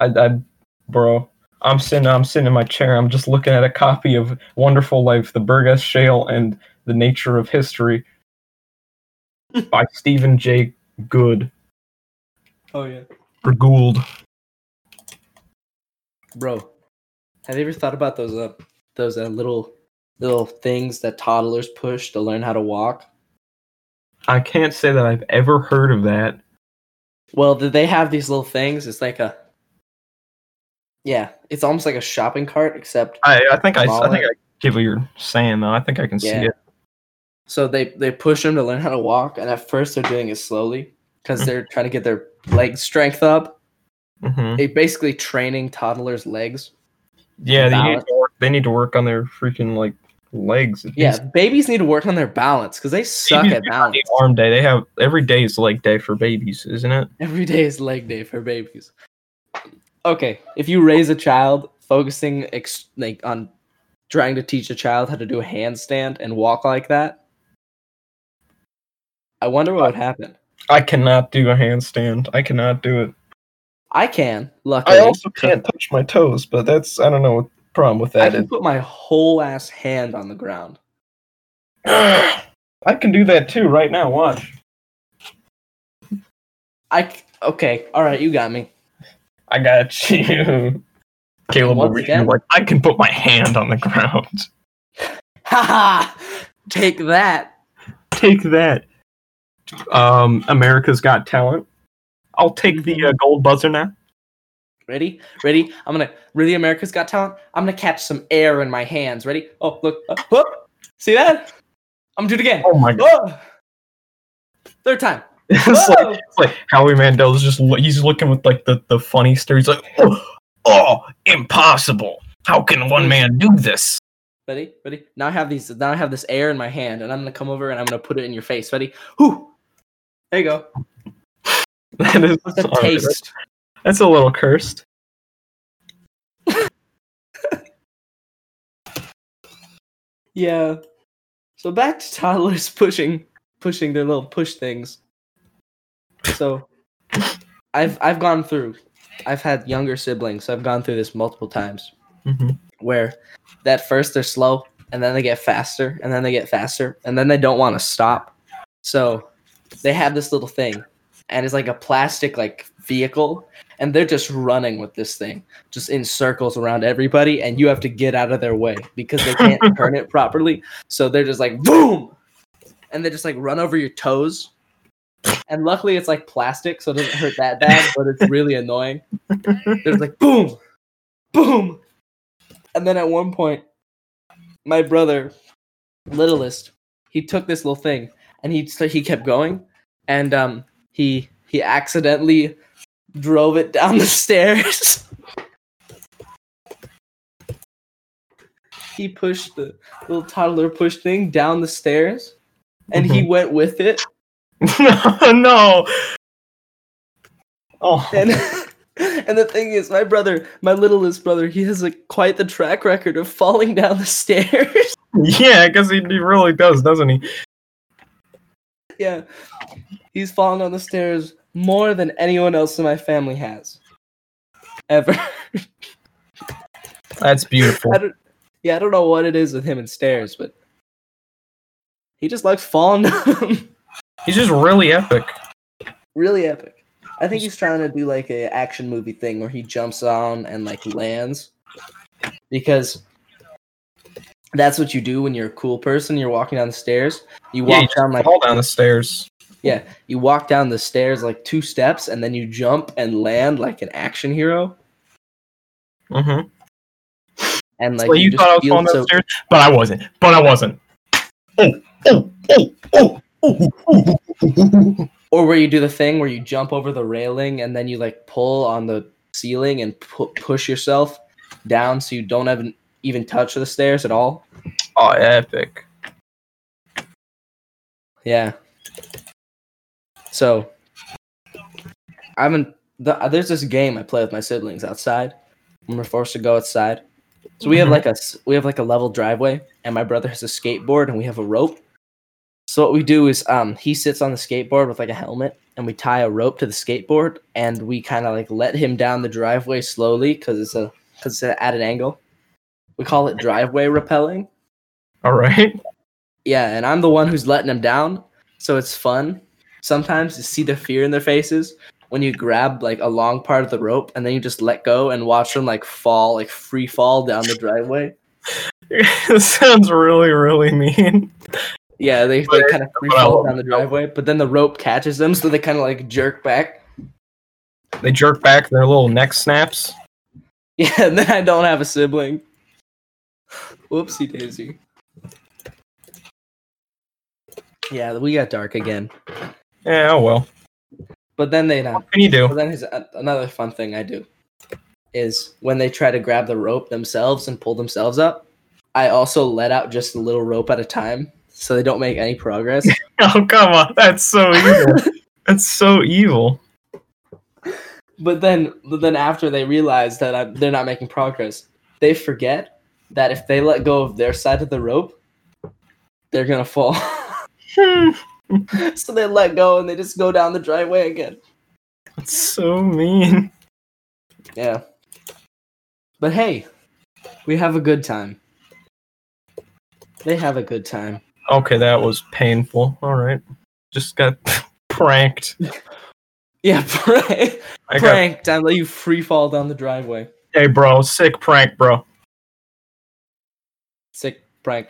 B: I, I, bro, I'm sitting, I'm sitting in my chair. I'm just looking at a copy of Wonderful Life: The Burgess Shale and the Nature of
A: <laughs>
B: History by Stephen J. Good
A: Oh yeah,
B: or Gould.
A: bro. Have you ever thought about those uh, those uh, little little things that toddlers push to learn how to walk?
B: I can't say that I've ever heard of that.
A: Well, th- they have these little things. It's like a yeah, it's almost like a shopping cart, except
B: I, I think I, I
A: Smaller?
B: think I get what you're saying though. I think I can
A: Yeah.
B: see it.
A: So they they push them to learn how to walk, and at first they're doing it slowly because they're trying to get their leg strength up.
B: hmm
A: They basically training toddlers' legs.
B: Yeah, they need
A: Balance.
B: to work. They need to work on their freaking like legs. at
A: Yeah,
B: least.
A: babies need to work on their balance because they suck
B: Babies
A: at
B: do not
A: balance.
B: need Arm day. They have every day is leg day for babies, isn't it?
A: Every day is leg day for babies. Okay, if you raise a child, focusing ex- like on trying to teach a child how to do a handstand and walk like that, I wonder what would happen.
B: I cannot do a handstand. I cannot do it.
A: I can luckily.
B: I also can't touch my toes, but that's I don't know what the problem with
A: I
B: that
A: can
B: is.
A: put my whole ass hand on the ground.
B: <sighs> I can do that too right now. Watch.
A: I c- okay. All right, you got me.
B: I got <laughs> you. Caleb
A: Once
B: over here,
A: again?
B: like I can put my hand on the ground.
A: Haha! Take that.
B: <laughs> Take that. Um, America's Got Talent. I'll take the uh, gold buzzer now.
A: Ready? Ready? I'm gonna. Really, America's Got Talent. I'm gonna catch some air in my hands. Ready? Oh, look. Uh, whoop. See that? I'm gonna do it again.
B: Oh my god.
A: Whoa. Third time.
B: <laughs> it's, like,
A: Whoa.
B: it's like Howie Mandel's just lo- he's looking with like the, the funny stare. He's like, oh, oh, impossible! How can one man do this? <laughs>
A: Ready? Ready? Now I have these. Now I have this air in my hand, and I'm gonna come over and I'm gonna put it in your face. Ready? Whoo! There you go.
B: That is
A: What's a
B: all right, that's-
A: taste?
B: That's a little cursed.
A: Yeah. So back to toddlers <laughs> pushing pushing their little push things. So I've I've gone through I've had younger siblings, so I've gone through this multiple times
B: Mhm.
A: where that first they're slow and then they get faster and then they get faster and then they don't want to stop. So they have this little thing and it's like a plastic like vehicle and they're just running with this thing just in circles around everybody and you have to get out of their way because they can't turn it properly. So they're just like boom and they just like run over your toes. And luckily it's like plastic so it doesn't hurt that bad, but it's really annoying. There's like boom. Boom. And then at one point, my brother, littlest, he took this little thing and he so he kept going, and um he he accidentally drove it down the stairs. <laughs> he pushed the little toddler push thing down the stairs, and he went with it,
B: <laughs> no, no. Oh,
A: and <laughs> and the thing is, my brother, my littlest brother, he has like quite the track record of falling down the <laughs> stairs.
B: <laughs> yeah, because he, he really does, doesn't he?
A: yeah, he's fallen down the stairs more than anyone else in my family has ever. <laughs>
B: That's beautiful.
A: I don't, yeah, I don't know what it is with him and stairs, but he just likes falling down.
B: He's just really epic.
A: really epic. I think he's trying to do like a action movie thing where he jumps on and like lands, because that's what you do when you're a cool person. You're walking down the stairs. You
B: Yeah,
A: walk
B: you
A: down like
B: Fall down the stairs.
A: yeah, you walk down the stairs like two steps, and then you jump and land like an action hero.
B: hmm
A: And like
B: Well, you
A: just
B: thought I was
A: feel
B: falling down
A: so-
B: the stairs, but I wasn't. But I <laughs> wasn't. Oh, oh, oh, oh, oh, oh, oh.
A: or where you do the thing where you jump over the railing and then you like pull on the ceiling and pu- push yourself down so you don't even even touch the stairs at all.
B: Oh, epic.
A: Yeah. So I'm in the, uh, there's this game I play with my siblings outside when we're forced to go outside. So we have
B: Mhm.
A: like a s- we have like a level driveway, and my brother has a skateboard, and we have a rope. So what we do is um he sits on the skateboard with like a helmet, and we tie a rope to the skateboard, and we kind of like let him down the driveway slowly because it's a because it's at an angle. We call it driveway rappelling.
B: All right. <laughs>
A: Yeah, and I'm the one who's letting them down, so it's fun sometimes to see the fear in their faces when you grab like a long part of the rope and then you just let go and watch them like fall, like free fall down the driveway.
B: this sounds really, really mean.
A: Yeah, they, they
B: But-
A: kind of free
B: but I
A: fall
B: love
A: down the driveway, but then the rope catches them, so they kind of like jerk back. <laughs>
B: They jerk back their little neck snaps.
A: Yeah, and then I don't have a sibling. Whoopsie daisy. Yeah, we got dark again.
B: Yeah, oh well.
A: But then they uh, not
B: What can you do? <laughs>
A: Well, then here's a- another fun thing I do is when they try to grab the rope themselves and pull themselves up, I also let out just a little rope at a time so they don't make any progress.
B: Oh come on, that's so <laughs> evil. that's so evil.
A: but then, but then after they realize that I, they're not making progress, they forget that if they let go of their side of the rope, they're gonna fall. <laughs>
B: Hmm,
A: so they let go and they just go down the driveway again.
B: that's so mean.
A: Yeah. But hey, we have a good time. They have a good time.
B: Okay, that was painful. All right, just got <laughs> pranked.
A: Yeah, <laughs> prank,
B: I got
A: pranked. I let you free fall down the driveway.
B: hey, bro, sick prank, bro.
A: Sick prank.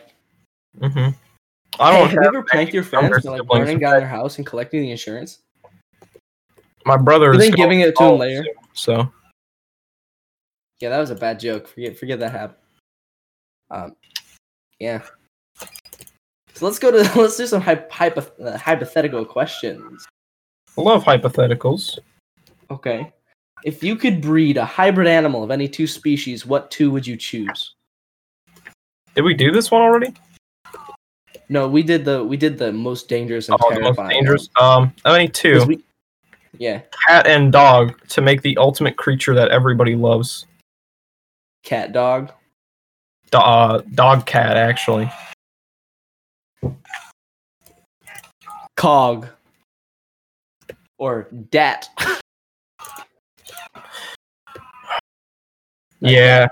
B: hmm I don't
A: Hey, have you ever pranked your friends
B: younger
A: by like
B: siblings
A: burning
B: with
A: down their house and collecting the insurance?
B: my brother
A: But
B: is
A: then giving it to him
B: called
A: later.
B: soon, So
A: Yeah, that was a bad joke. Forget, forget that happened. Um, yeah. So let's go to <laughs> let's do some hy- hypo- uh, hypothetical questions.
B: I love hypotheticals.
A: Okay. If you could breed a hybrid animal of any two species, what two would you choose?
B: Did we do this one already?
A: No, we did the we did the most dangerous and
B: Oh, the
A: terrifying.
B: most dangerous. Um, only two:
A: 'Cause we- yeah,
B: cat and dog, to make the ultimate creature that everybody loves.
A: cat dog.
B: Do- uh, dog cat, actually.
A: cog or dat Like
B: yeah,
A: that.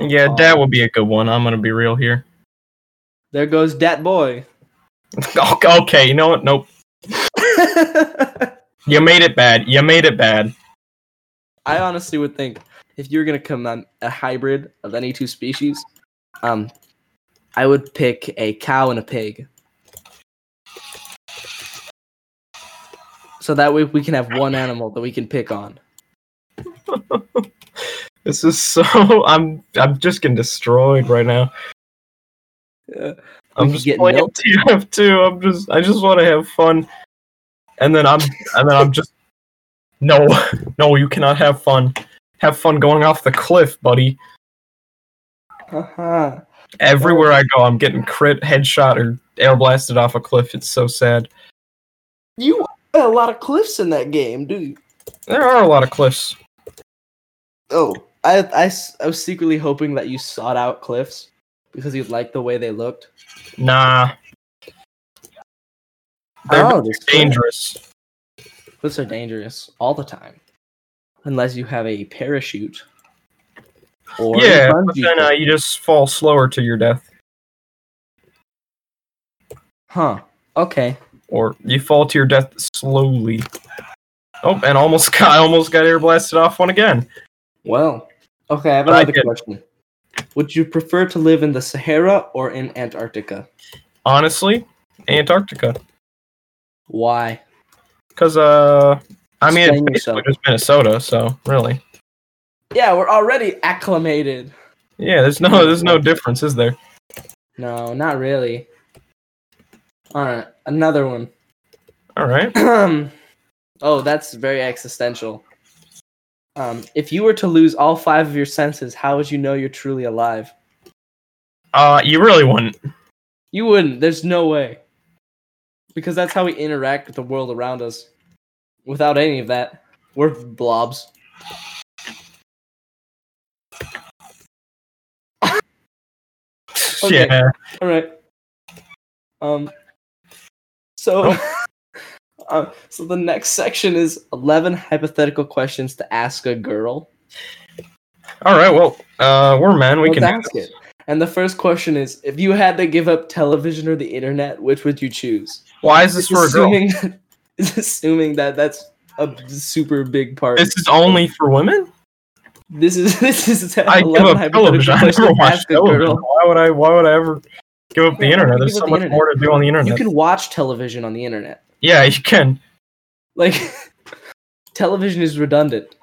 B: yeah,
A: Um,
B: that would be a good one. I'm gonna be real here. <laughs>
A: there goes dat boy <laughs>
B: Okay, okay, you know what? Nope.
A: i
B: You made it bad. You made it bad.
A: honestly would think if you were going to come on a hybrid of any two species um i would pick a cow and a pig so that way we can have one animal that we can pick on
B: This is so. <laughs> I'm. I'm just getting destroyed right now.
A: Yeah.
B: I'm
A: could
B: just
A: get
B: playing
A: milk.
B: TF2. I'm just. I just want to have fun, and then I'm. And then I'm just. No, <laughs> no, you cannot have fun. Have fun going off the cliff, buddy.
A: Uh-huh.
B: Everywhere I go, I'm getting crit, headshot, or air blasted off a cliff. It's so sad.
A: You had a lot of cliffs in that game, dude.
B: There are a lot of cliffs.
A: Oh, I, I s- I was secretly hoping that you sought out cliffs because you liked the way they looked.
B: Nah, They're
A: oh, these cliffs.
B: dangerous.
A: cliffs are dangerous all the time, unless you have a parachute. Or a
B: yeah, but
A: bungee
B: then uh,
A: cord.
B: you just fall slower to your death,
A: huh? Okay.
B: or you fall to your death slowly. Oh, and almost <laughs> got, I almost got air blasted off one again.
A: Well, okay. I have
B: But I
A: another
B: did.
A: question. Would you prefer to live in the Sahara or in Antarctica?
B: Honestly, Antarctica,
A: Why?
B: because uh, I mean it's
A: Explain
B: basically
A: yourself.
B: just Minnesota, so really,
A: Yeah, we're already acclimated.
B: yeah. There's no there's no difference, is there?
A: No, not really. All right, another one.
B: All right.
A: <clears throat> oh, that's very existential. Um, if you were to lose all five of your senses, how would you know you're truly alive?
B: Uh, you really wouldn't. <laughs>
A: You wouldn't. There's no way. Because that's how we interact with the world around us. Without any of that, we're blobs. Okay.
B: Yeah.
A: All right. Um. So, <laughs> uh, so the next section is eleven hypothetical questions to ask a girl.
B: All right. Well, uh, we're men. We
A: Let's
B: can
A: ask it. And the first question is: If you had to give up television or the internet, which would you choose?
B: Why is this for a girl?
A: assuming, <laughs> a assuming that that's a super big part.
B: This is only for women.
A: this is <laughs> this is.
B: I give
A: 11
B: up
A: hypothetical <laughs>
B: television. <laughs> I
A: questions
B: never
A: to
B: watch
A: ask a girl.
B: television. Why would I? Why would I ever give up the
A: Yeah, why would you
B: internet? There's
A: give
B: so
A: up the
B: much
A: internet?
B: more to do on the
A: You
B: internet.
A: can watch television on the internet.
B: Yeah, you can.
A: Like, <laughs> television is redundant.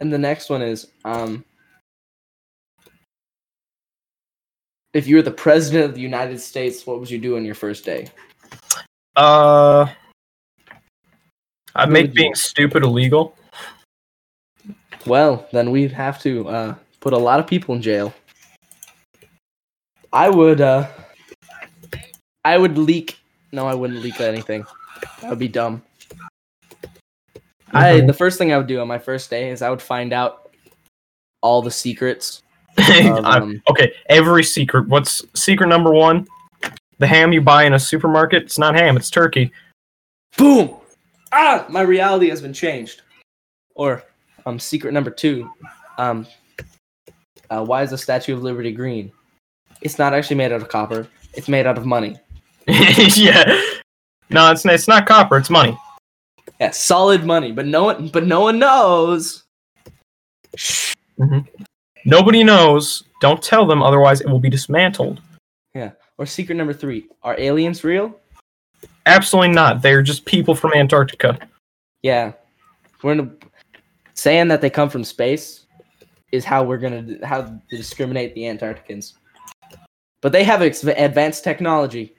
A: And the next one is, um, if you were the president of the United States, what would you do on your first day?
B: Uh, I
A: What
B: make
A: would you-
B: being stupid <laughs> illegal.
A: Well, then we'd have to uh, put a lot of people in jail. I would. Uh, I would leak. No, I wouldn't leak anything. That would be dumb. I
B: Mhm.
A: the first thing I would do on my first day is I would find out all the secrets. Of,
B: <laughs> I-
A: um,
B: okay, every secret. What's secret number one? The ham you buy in a supermarket. It's not ham. It's turkey. <laughs>
A: boom! Ah, my reality has been changed. Or um, secret number two. Um, uh, why is the Statue of Liberty green? It's not actually made out of copper. It's made out of money.
B: yeah. No, it's it's not copper. It's money.
A: Yeah, solid money, but no one, but no one knows.
B: Nobody knows. Don't tell them, otherwise it will be dismantled.
A: Or secret number three: Are aliens real?
B: Absolutely not. They're just people from Antarctica.
A: Yeah, we're in saying that they come from space is how we're gonna how to discriminate the Antarcticans. But they have ex- advanced technology.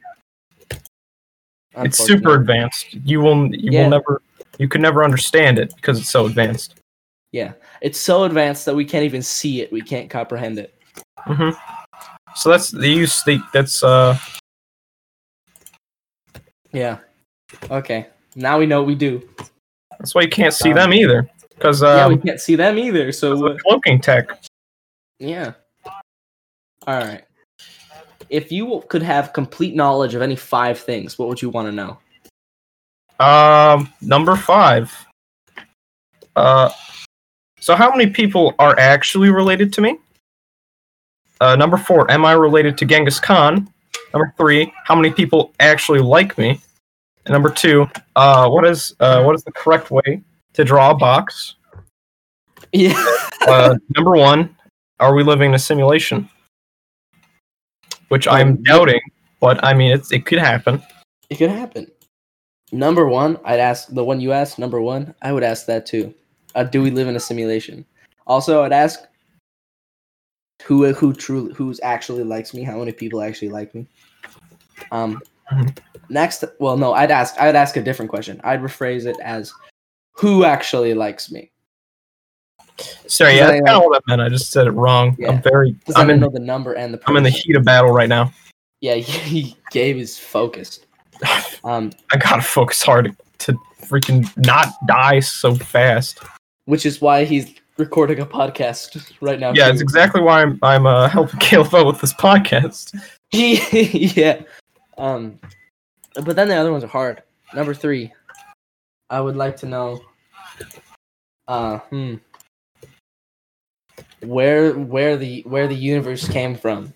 B: It's super
A: Unfortunately.
B: advanced. You will you
A: Yeah.
B: will never you could never understand it because it's so advanced.
A: It's so advanced that we can't even see it. We can't comprehend it.
B: hmm So that's the use. The, that's uh.
A: Yeah. Okay. Now we know what we do.
B: That's why you can't see
A: Um,
B: them either because
A: yeah,
B: um,
A: we can't see them either. So.
B: <laughs> of
A: what-
B: the cloaking tech.
A: Yeah. All right. If you could have complete knowledge of any five things, what would you want to know? <laughs>
B: Um, number five. Uh, so how many people are actually related to me? Uh, number four. Am I related to Genghis Khan? Number three. How many people actually like me? And number two. Uh, what is uh, what is the correct way to draw a box?
A: Yeah.
B: Uh, number one. Are we living in a simulation? Which I'm doubting, but I mean, it's, it could happen.
A: It could happen. Number one, I'd ask the one you asked, number one, I would ask that too. Uh, do we live in a simulation? Also, I'd ask who who truly who's actually likes me, how many people actually like me. Um
B: Mhm.
A: next well no, I'd ask I'd ask a different question. I'd rephrase it as who actually likes me?
B: Sorry,
A: Does that,
B: yeah,
A: uh,
B: that's kind of what I meant. I just said it wrong.
A: Yeah.
B: I'm very.
A: Because I
B: I'm
A: don't
B: in.
A: know the number and the.
B: I'm in the
A: person.
B: heat of battle right now.
A: Yeah, <laughs> he, he Gabe is
B: <laughs>
A: focused. Um,
B: I gotta <laughs> focus hard to freaking not die so fast.
A: which is why he's recording a podcast right now.
B: Yeah,
A: too.
B: it's exactly why I'm I'm uh, <laughs> helping Caleb out with this podcast.
A: <laughs> yeah. Um, but then the other ones are hard. Number three, I would like to know. Uh, hmm. Where where the where the universe came from?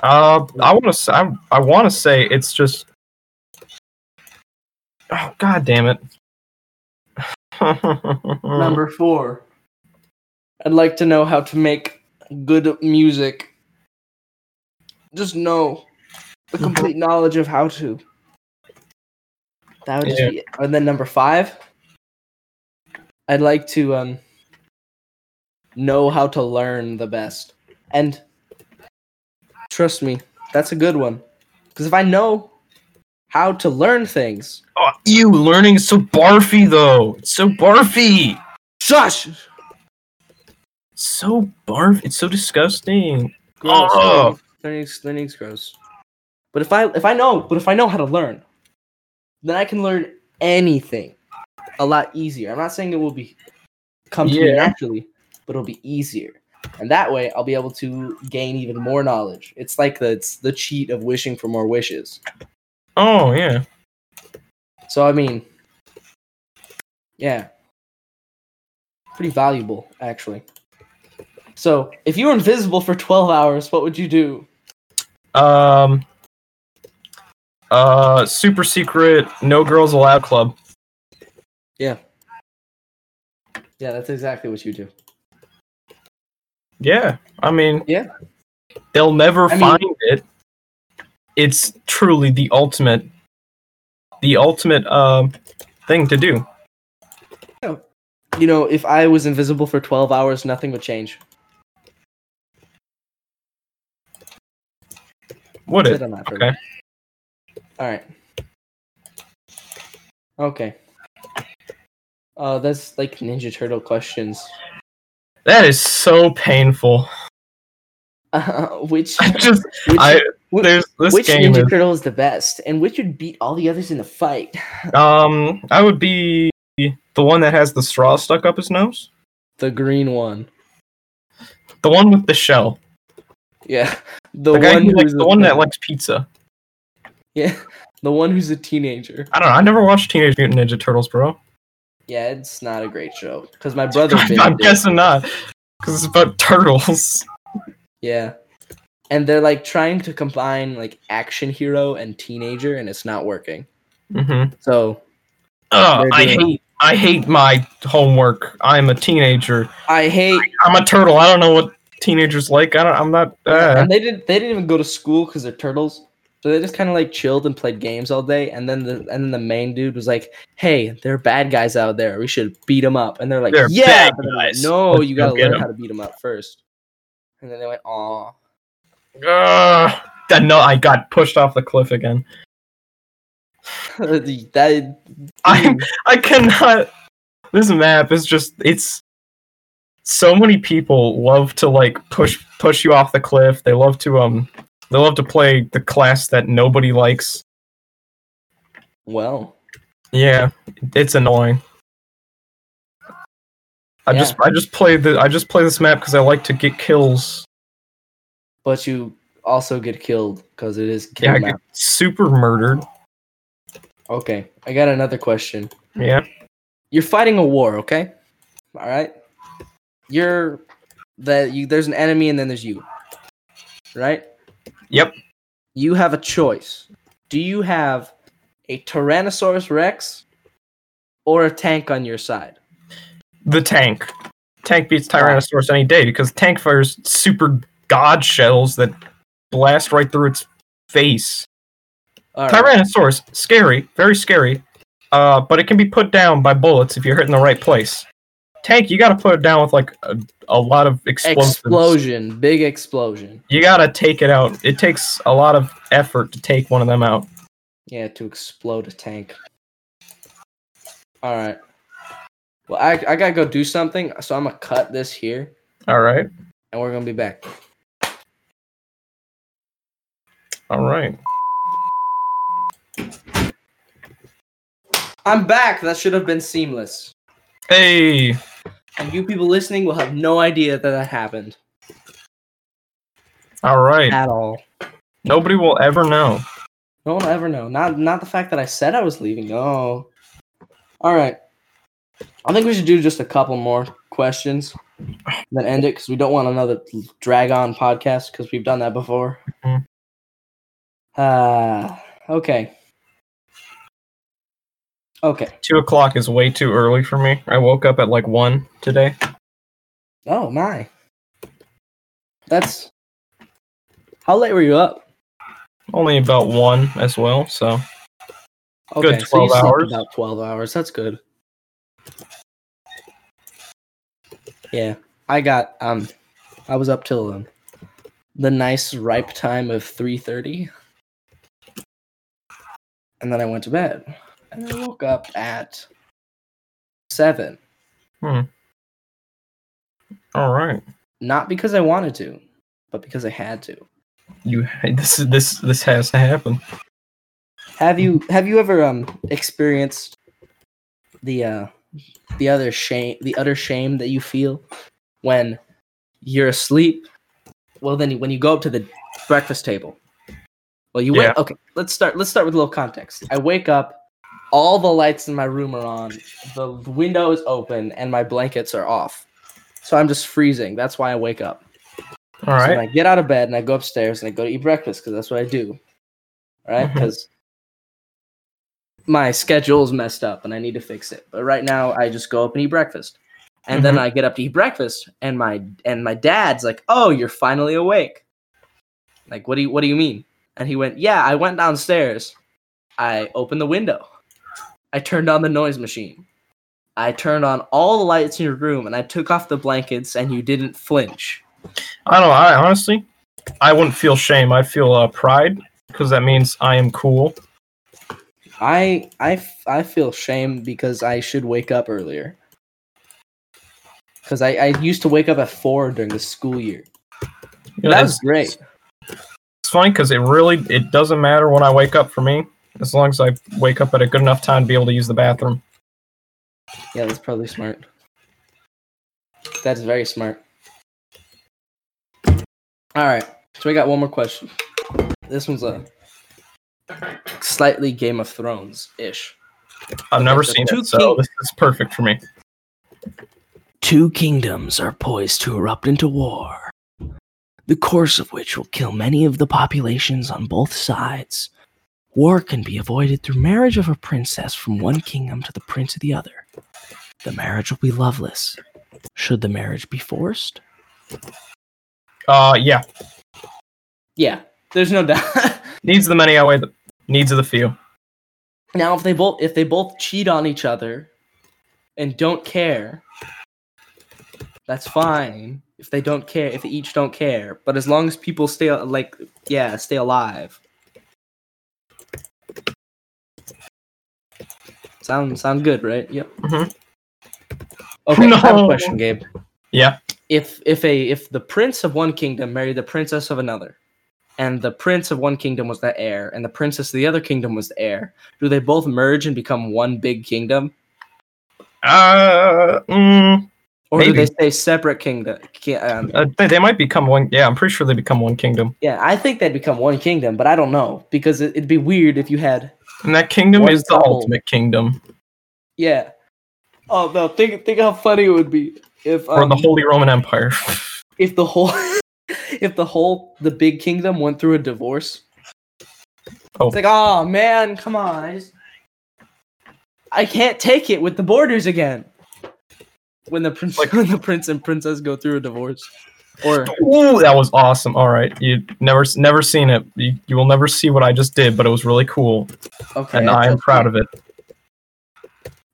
B: Uh, I want to I, I want to say it's just. Oh God damn it! <laughs>
A: Number four, I'd like to know how to make good music. Just know the complete knowledge of how to. That would just
B: Yeah.
A: be it. And then number five, I'd like to um know how to learn the best. And trust me, that's a good one. Because if I know how to learn things,
B: Oh, ew, learning is so barfy though. It's so barfy.
A: shush.
B: So barf. It's so disgusting.
A: gross.
B: Oh.
A: Learning's, learning's gross. But if I if I know but if I know how to learn, then I can learn anything a lot easier. I'm not saying it will be come to me
B: Yeah.
A: naturally, but it'll be easier. And that way I'll be able to gain even more knowledge. It's like the it's the cheat of wishing for more wishes.
B: Oh yeah.
A: So I mean yeah. Pretty valuable actually. So, if you were invisible for 12 hours, what would you do?
B: Um. Uh, super secret, no girls allowed club.
A: Yeah, that's exactly what you do.
B: Yeah, I mean,
A: Yeah.
B: they'll never
A: I mean-
B: find it. It's truly the ultimate, the ultimate um thing to do.
A: You know, if I was invisible for 12 hours, nothing would change.
B: Would
A: Sit
B: it?
A: on that for a
B: Okay.
A: minute. All right. Okay. Uh, that's like Ninja Turtle questions. <laughs>
B: That is so painful. <laughs>
A: Uh, which
B: I just,
A: which,
B: I
A: which,
B: there's this
A: which
B: game
A: Ninja
B: is
A: Turtle is the best, and which would beat all the others in the fight? <laughs>
B: um, I would be the one that has the straw stuck up his nose,
A: The green one.
B: the one with the shell,
A: Yeah, <laughs> the,
B: the, guy
A: one
B: who
A: who's
B: likes, the
A: a-
B: one
A: <laughs>
B: that likes pizza.
A: yeah, the one who's a teenager.
B: I don't know. I never watched Teenage Mutant Ninja Turtles, bro.
A: Yeah, it's not a great show because
B: <laughs>
A: my brother.
B: I'm
A: binged it.
B: guessing not, because it's about turtles. <laughs>
A: Yeah. And they're like trying to combine like action hero and teenager and it's not working.
B: Mm-hmm.
A: So
B: Uh,
A: they're
B: I
A: doing-
B: hate I hate my homework. I'm a teenager.
A: I hate
B: I'm a turtle. I don't know what teenagers like. I don't, I'm not. Uh.
A: and they didn't they didn't even go to school because they're turtles. So they just kind of like chilled and played games all day, and then the and then the main dude was like, "Hey, there are bad guys out there. We should beat them up." And they're like,
B: They're
A: "Yeah,
B: bad
A: but they're like,
B: guys.
A: no,
B: Let's
A: you
B: go
A: gotta
B: get
A: learn
B: 'em."
A: how to beat them up first. And then they went, "Aw, <laughs>
B: Uh, no, I got pushed off the cliff again.
A: that
B: I I cannot. This map is just it's. So many people love to like push push you off the cliff. They love to um they love to play the class that nobody likes.
A: well,
B: Yeah, it's annoying. I just I just play the I just play this map because I like to get kills.
A: but you also get killed because it is kill
B: Yeah, I
A: map.
B: get super murdered.
A: Okay, I got another question.
B: Yeah.
A: You're fighting a war, okay? All right. You're that you there's an enemy and then there's you. Right?
B: Yep.
A: You have a choice. Do you have a Tyrannosaurus Rex or a tank on your side?
B: The tank. Tank beats Tyrannosaurus any day because tank fires super god shells that blast right through its face.
A: All right.
B: Tyrannosaurus, scary, very scary. Uh, but it can be put down by bullets if you're hit in the right place. Tank, you gotta put it down with like a, a lot of explosives.
A: Explosion, big explosion.
B: you gotta take it out. It takes a lot of effort to take one of them out.
A: Yeah, to explode a tank. All right. Well, I I gotta go do something, so I'm gonna cut this here,
B: All right.
A: and we're gonna be back.
B: All right.
A: I'm back. That should have been seamless,
B: Hey.
A: and you people listening will have no idea that that happened
B: All right.
A: at all.
B: Nobody will ever know.
A: No one will ever know. Not not the fact that I said I was leaving. Oh. All right. I think we should do just a couple more questions, then end it because we don't want another drag on podcast because we've done that before.
B: Mhm.
A: Ah, okay. Okay.
B: Two o'clock is way too early for me. I woke up at like one today.
A: Oh my. That's. How late were you up?
B: Only about one as well. So
A: Okay,
B: Good 12
A: slept
B: hours.
A: About twelve hours. That's good. Yeah, I got um, I was up till um, the nice ripe time of three thirty, and then I went to bed, and I woke up at seven.
B: all right.
A: Not because I wanted to, but because I had to.
B: You <laughs> this is this this has to happen.
A: Have you have you ever um experienced the uh the other shame the utter shame that you feel when you're asleep? Well, then when you go up to the breakfast table, well, you wake.
B: Yeah.
A: Okay, let's start. Let's start with a little context. I wake up, all the lights in my room are on, the window is open, and my blankets are off. So I'm just freezing. That's why I wake up.
B: All
A: So then
B: right.
A: I get out of bed and I go upstairs and I go to eat breakfast because that's what I do. Right?
B: Mhm.
A: Because my schedule's messed up and I need to fix it. But right now I just go up and eat breakfast. And then
B: Mhm.
A: I get up to eat breakfast and my and my dad's like, Oh, you're finally awake. Like, what do you what do you mean? And he went, Yeah, I went downstairs. I opened the window. I turned on the noise machine. I turned on all the lights in your room and I took off the blankets and you didn't flinch.
B: I don't. I honestly, I wouldn't feel shame. I'd feel uh, pride because that means I am cool.
A: I I f- I feel shame because I should wake up earlier. Because I, I used to wake up at four during the school year.
B: You know,
A: that
B: it's-
A: was great.
B: It's funny because it really it doesn't matter when I wake up for me, as long as I wake up at a good enough time to be able to use the bathroom.
A: Yeah, that's probably smart. That's very smart. All right, so we got one more question. This one's a slightly Game of Thrones ish.
B: I've never
A: so
B: seen
A: two
B: it, so
A: king-
B: this is perfect for me.
A: Two kingdoms are poised to erupt into war, the course of which will kill many of the populations on both sides. War can be avoided through marriage of a princess from one kingdom to the prince of the other. The marriage will be loveless. Should the marriage be forced?
B: Uh, yeah,
A: Yeah, there's no doubt. <laughs>
B: needs of the many outweigh the needs of the few.
A: now, if they both if they both cheat on each other and don't care, that's fine. If they don't care, if they each don't care, but as long as people stay like yeah, stay alive. Sound sound good, right? Yep.
B: Mhm.
A: Okay, I have a
B: No.
A: question, Gabe.
B: Yeah.
A: If if a if the prince of one kingdom married the princess of another, and the prince of one kingdom was the heir, and the princess of the other kingdom was the heir, do they both merge and become one big kingdom?
B: Uh, mm,
A: Or do
B: Maybe.
A: they stay separate kingdom? ki- Um,
B: uh, they, they might become one. Yeah, I'm pretty sure they become one kingdom.
A: yeah, I think they'd become one kingdom, but I don't know because it, it'd be weird if you had
B: And that kingdom
A: One
B: is the
A: couple.
B: ultimate kingdom,
A: yeah. Oh no! Think think how funny it would be if
B: or
A: um,
B: the Holy Roman Empire. <laughs>
A: if the whole <laughs> if the whole the big kingdom went through a divorce.
B: Oh.
A: It's like, oh man, come on. I, just, I can't take it with the borders again. When the prince <laughs>
B: Like-
A: when the prince and princess go through a divorce. Or
B: Ooh, that was awesome. All right, you never s- never seen it. You, you will never see what I just did, but it was really cool,
A: okay,
B: and I am proud of it.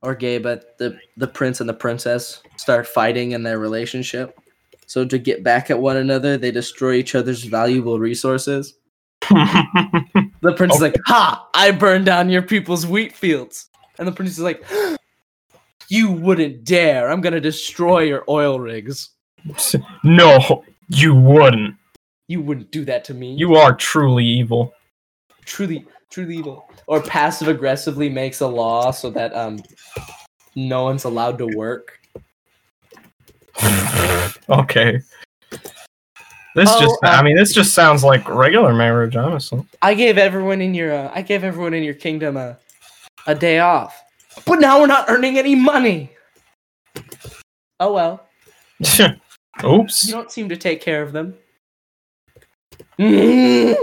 A: Or gay, but the the prince and the princess start fighting in their relationship. So to get back at one another, they destroy each other's valuable resources. The prince is like, "Ha! I burned down your people's wheat fields," and the prince is like, <gasps> You wouldn't dare. I'm gonna destroy your oil rigs.
B: <laughs> No, you wouldn't.
A: You wouldn't do that to me.
B: You are truly evil.
A: truly truly evil. Or passive aggressively makes a law so that um no one's allowed to work.
B: Okay. This
A: Oh,
B: just I
A: um,
B: mean this just sounds like regular marriage, honestly.
A: I gave everyone in your uh, I gave everyone in your kingdom a a day off. But now we're not earning any money. Oh well. You
B: <laughs> Oops.
A: don't seem to take care of them. I'm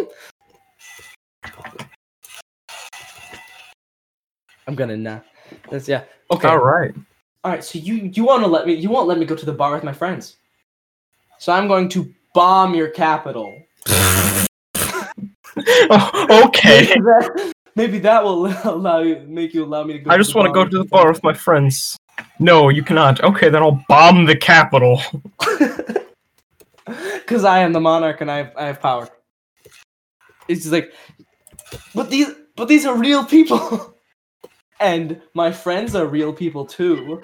A: gonna nah. That's yeah. Okay.
B: All right. <laughs>
A: All right, so you you want to let me you won't let me go to the bar with my friends. So I'm going to bomb your capital.
B: Oh, okay.
A: Maybe that, maybe that will <laughs> allow you make you allow me to go.
B: I just
A: the
B: want to go
A: bar.
B: to the bar with my friends. No, you cannot. Okay, then I'll bomb the capital. <laughs>
A: Because I am the monarch and I have, I have power. It's just like, but these but these are real people, <laughs> and my friends are real people too.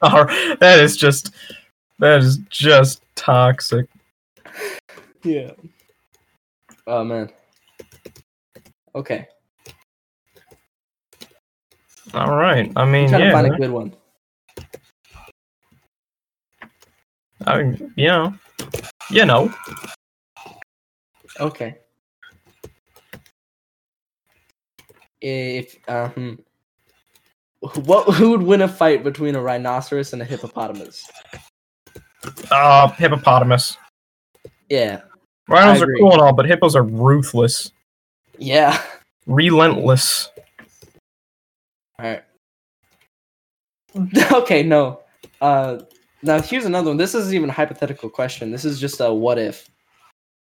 B: All right, that is just that is just toxic.
A: Yeah. Oh man. Okay,
B: All right. I
A: I'm
B: mean,
A: trying to
B: yeah.
A: find a good one.
B: I mean, you know, you know.
A: Okay. If um, what who would win a fight between a rhinoceros and a hippopotamus?
B: Uh, hippopotamus.
A: Yeah,
B: Rhinos
A: I
B: are
A: agree.
B: cool and all, but hippos are ruthless,
A: yeah. <laughs>
B: relentless.
A: All right. <laughs> Okay, no. Uh, now here's another one. This isn't even a hypothetical question. This is just a what if.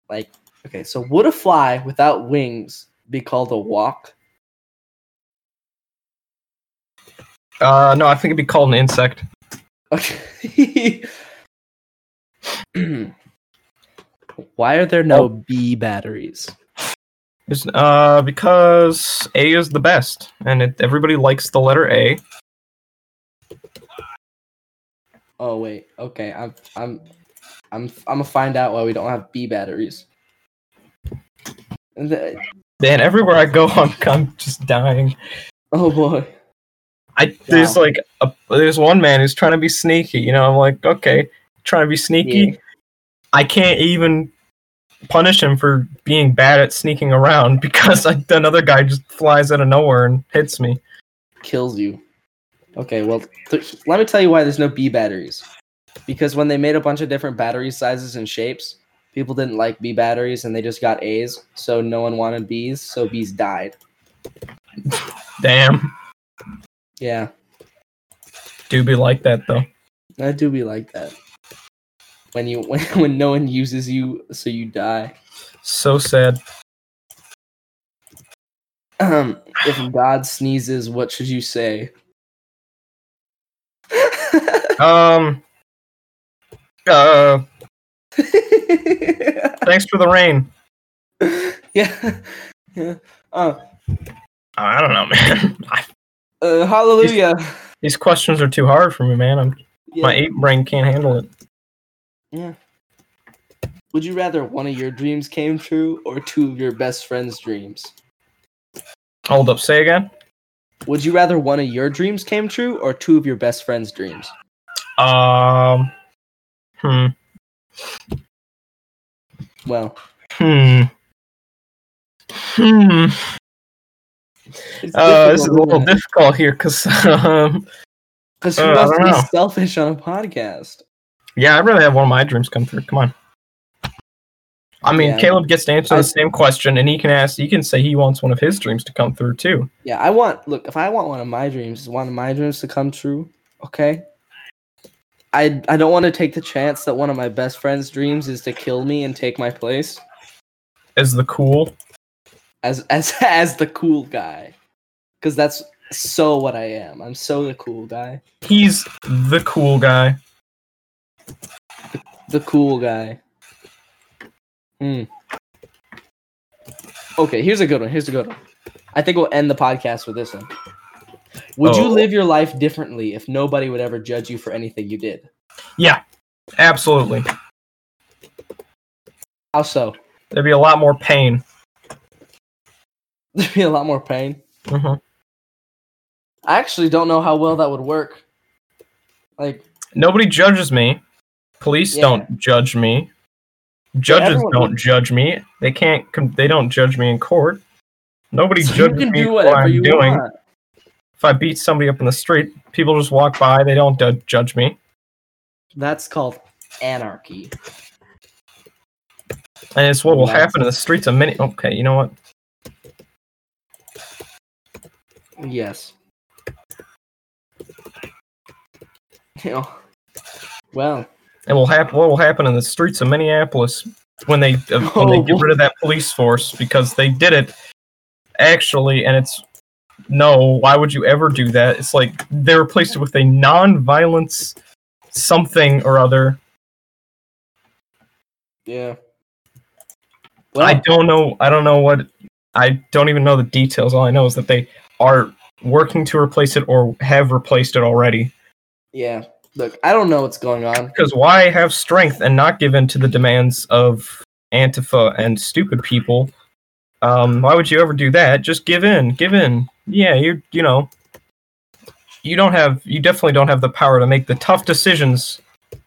A: Like, okay, so would a fly without wings be called a walk? <laughs>
B: Uh, no, I think it'd be called an insect.
A: Okay. <clears throat> Why are there no B batteries?
B: It's, uh, because A is the best, and it, everybody likes the letter A.
A: Oh wait, okay. I'm I'm I'm I'm gonna find out why we don't have B batteries. And the-
B: Man, everywhere I go, <laughs> I'm, I'm just dying.
A: oh boy.
B: I there's
A: Wow.
B: like a, there's one man who's trying to be sneaky. You know, I'm like, okay, trying to be sneaky.
A: Yeah.
B: I can't even punish him for being bad at sneaking around <laughs> because like, another guy just flies out of nowhere and hits me.
A: kills you. Okay, well, th- let me tell you why there's no B batteries. Because when they made a bunch of different battery sizes and shapes, people didn't like B batteries and they just got A's, so no one wanted B's, so B's died.
B: Damn,
A: Yeah,
B: do be like that though.
A: I do be like that. When you <laughs> when, when no one uses you, so you die.
B: So sad.
A: Um, if God sneezes, what should you say? <laughs>
B: Um. Uh. Thanks for the rain.
A: yeah, <laughs> yeah. Uh,
B: I don't know, <laughs> man. I-
A: uh, hallelujah.
B: These questions are too hard for me, man. I'm,
A: Yeah.
B: My ape brain can't handle it.
A: Would you rather one of your dreams came true or two of your best friend's dreams?
B: Hold up, say again.
A: Would you rather one of your dreams came true or two of your best friend's dreams?
B: Um. Hmm.
A: Well,
B: Hmm. Hmm.
A: it's
B: Uh, this is a little difficult here because, <laughs> um,
A: because who
B: uh, I
A: wants to
B: don't
A: be
B: know.
A: selfish on a podcast?
B: yeah, I'd rather have one of my dreams come through. Come on. I mean,
A: Yeah.
B: Caleb gets to answer
A: I-
B: the same question, and he can ask, he can say he wants one of his dreams to come through too.
A: Yeah, I want. Look, if I want one of my dreams, one of my dreams to come true, okay. I I don't want to take the chance that one of my best friend's dreams is to kill me and take my place
B: As the cool,
A: as <laughs> as as the cool guy, because that's so what I am. I'm so the cool guy.
B: he's the cool guy.
A: the cool guy. Hmm. Okay, here's a good one. Here's a good one. I think we'll end the podcast with this one. Would you
B: Oh.
A: live your life differently if nobody would ever judge you for anything you did?
B: Yeah, absolutely.
A: How so? <laughs>
B: There'd be a lot more pain.
A: There'd be a lot more pain.
B: Mhm.
A: I actually don't know how well that would work. Like
B: Nobody judges me. Police
A: Yeah.
B: don't judge me. Judges
A: everyone-
B: don't judge me. They can't. Com- they don't judge me in court. Nobody
A: so you
B: judges
A: can
B: me
A: do
B: for what
A: whatever
B: I'm
A: you
B: doing.
A: want.
B: If I beat somebody up in the street, people just walk by. They don't du- judge me.
A: That's called anarchy.
B: And it's what will
A: Nice.
B: happen in the streets of many. Okay, you know what?
A: Yes. <laughs> You know, well,
B: It will happen. What will happen in the streets of Minneapolis when they uh, when they
A: Oh,
B: get
A: boy.
B: rid of that police force because they did it actually, and it's no. Why would you ever do that? It's like they replaced it with a non-violence something or other.
A: yeah. Well,
B: I don't know. I don't know what. I don't even know the details. All I know is that they are working to replace it or have replaced it already.
A: yeah. Look, I don't know what's going on.
B: Because why have strength and not give in to the demands of Antifa and stupid people? Um, why would you ever do that? Just give in, give in. Yeah, you you know, you don't have, you definitely don't have the power to make the tough decisions. Oh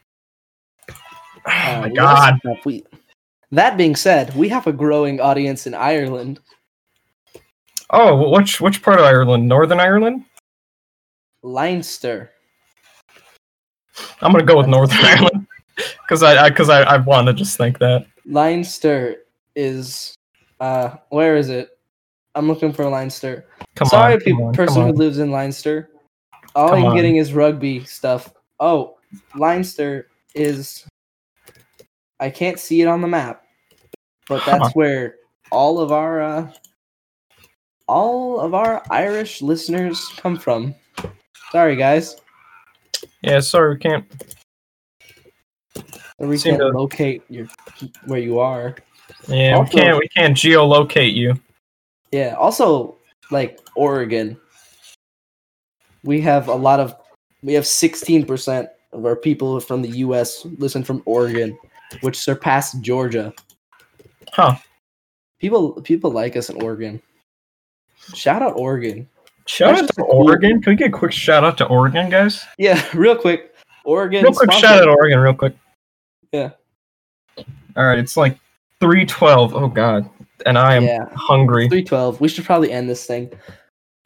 A: Uh,
B: my
A: we
B: God!
A: also have- we- that being said, we have a growing audience in Ireland.
B: Oh, which which part of Ireland? Northern Ireland?
A: Leinster.
B: I'm gonna go with Northern <laughs> Ireland because I because I, I, want to just think that.
A: Leinster is uh where is it? I'm looking for Leinster.
B: Come
A: Sorry,
B: on,
A: pe-
B: come on, come
A: person who
B: on.
A: lives in Leinster. All
B: Come
A: I'm
B: on.
A: getting is rugby stuff. Oh, Leinster is I can't see it on the map. But
B: Huh.
A: that's where all of our uh all of our Irish listeners come from. Sorry guys.
B: Yeah, sorry, we can't.
A: Or we
B: Seem
A: can't
B: to-
A: locate your where you are.
B: Yeah,
A: Also-
B: we can't. We can't geolocate you.
A: Yeah. Also, like Oregon, we have a lot of we have sixteen percent of our people from the U.S. listen from Oregon, which surpassed Georgia.
B: Huh.
A: People people like us in Oregon. Shout out Oregon.
B: Shout
A: That's
B: out
A: just
B: to
A: a cool-
B: Oregon. Can we get a quick shout out to Oregon, guys?
A: Yeah. <laughs> Real quick, Oregon.
B: Real quick
A: sponsor-
B: shout out to Oregon, real quick.
A: Yeah.
B: All right, it's like three twelve. Oh God, and I am
A: Yeah.
B: hungry.
A: Three twelve. We should probably end this thing.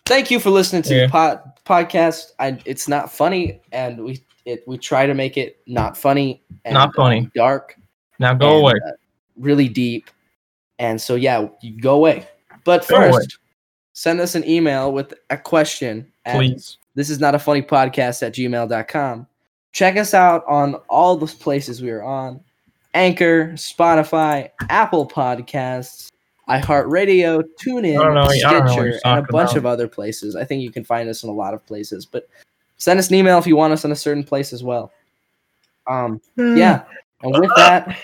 A: Thank you for listening to
B: Yeah.
A: the pod, podcast. I, it's not funny, and we it we try to make it not funny, and
B: Not funny.
A: um, dark,
B: Now go
A: and,
B: away.
A: uh, really deep. And so, yeah, you go away. But
B: Go away.
A: first, send us an email with a question. at
B: Please.
A: This is not a funny podcast at gmail.com. Check us out on all the places we are on Anchor, Spotify, Apple Podcasts, iHeartRadio, TuneIn,
B: I don't know- I don't know what you're
A: Stitcher, and a
B: talking
A: bunch
B: about.
A: of other places. I think you can find us in a lot of places, but send us an email if you want us in a certain place as well. Um, yeah. And
B: Mm.
A: with that,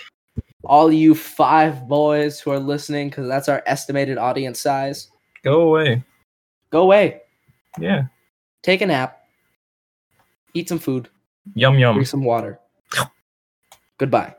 A: all you five boys who are listening, because that's our estimated audience size,
B: Go away.
A: go away,
B: Yeah.
A: take a nap, eat some food,
B: Yum yum.
A: drink some water. Goodbye.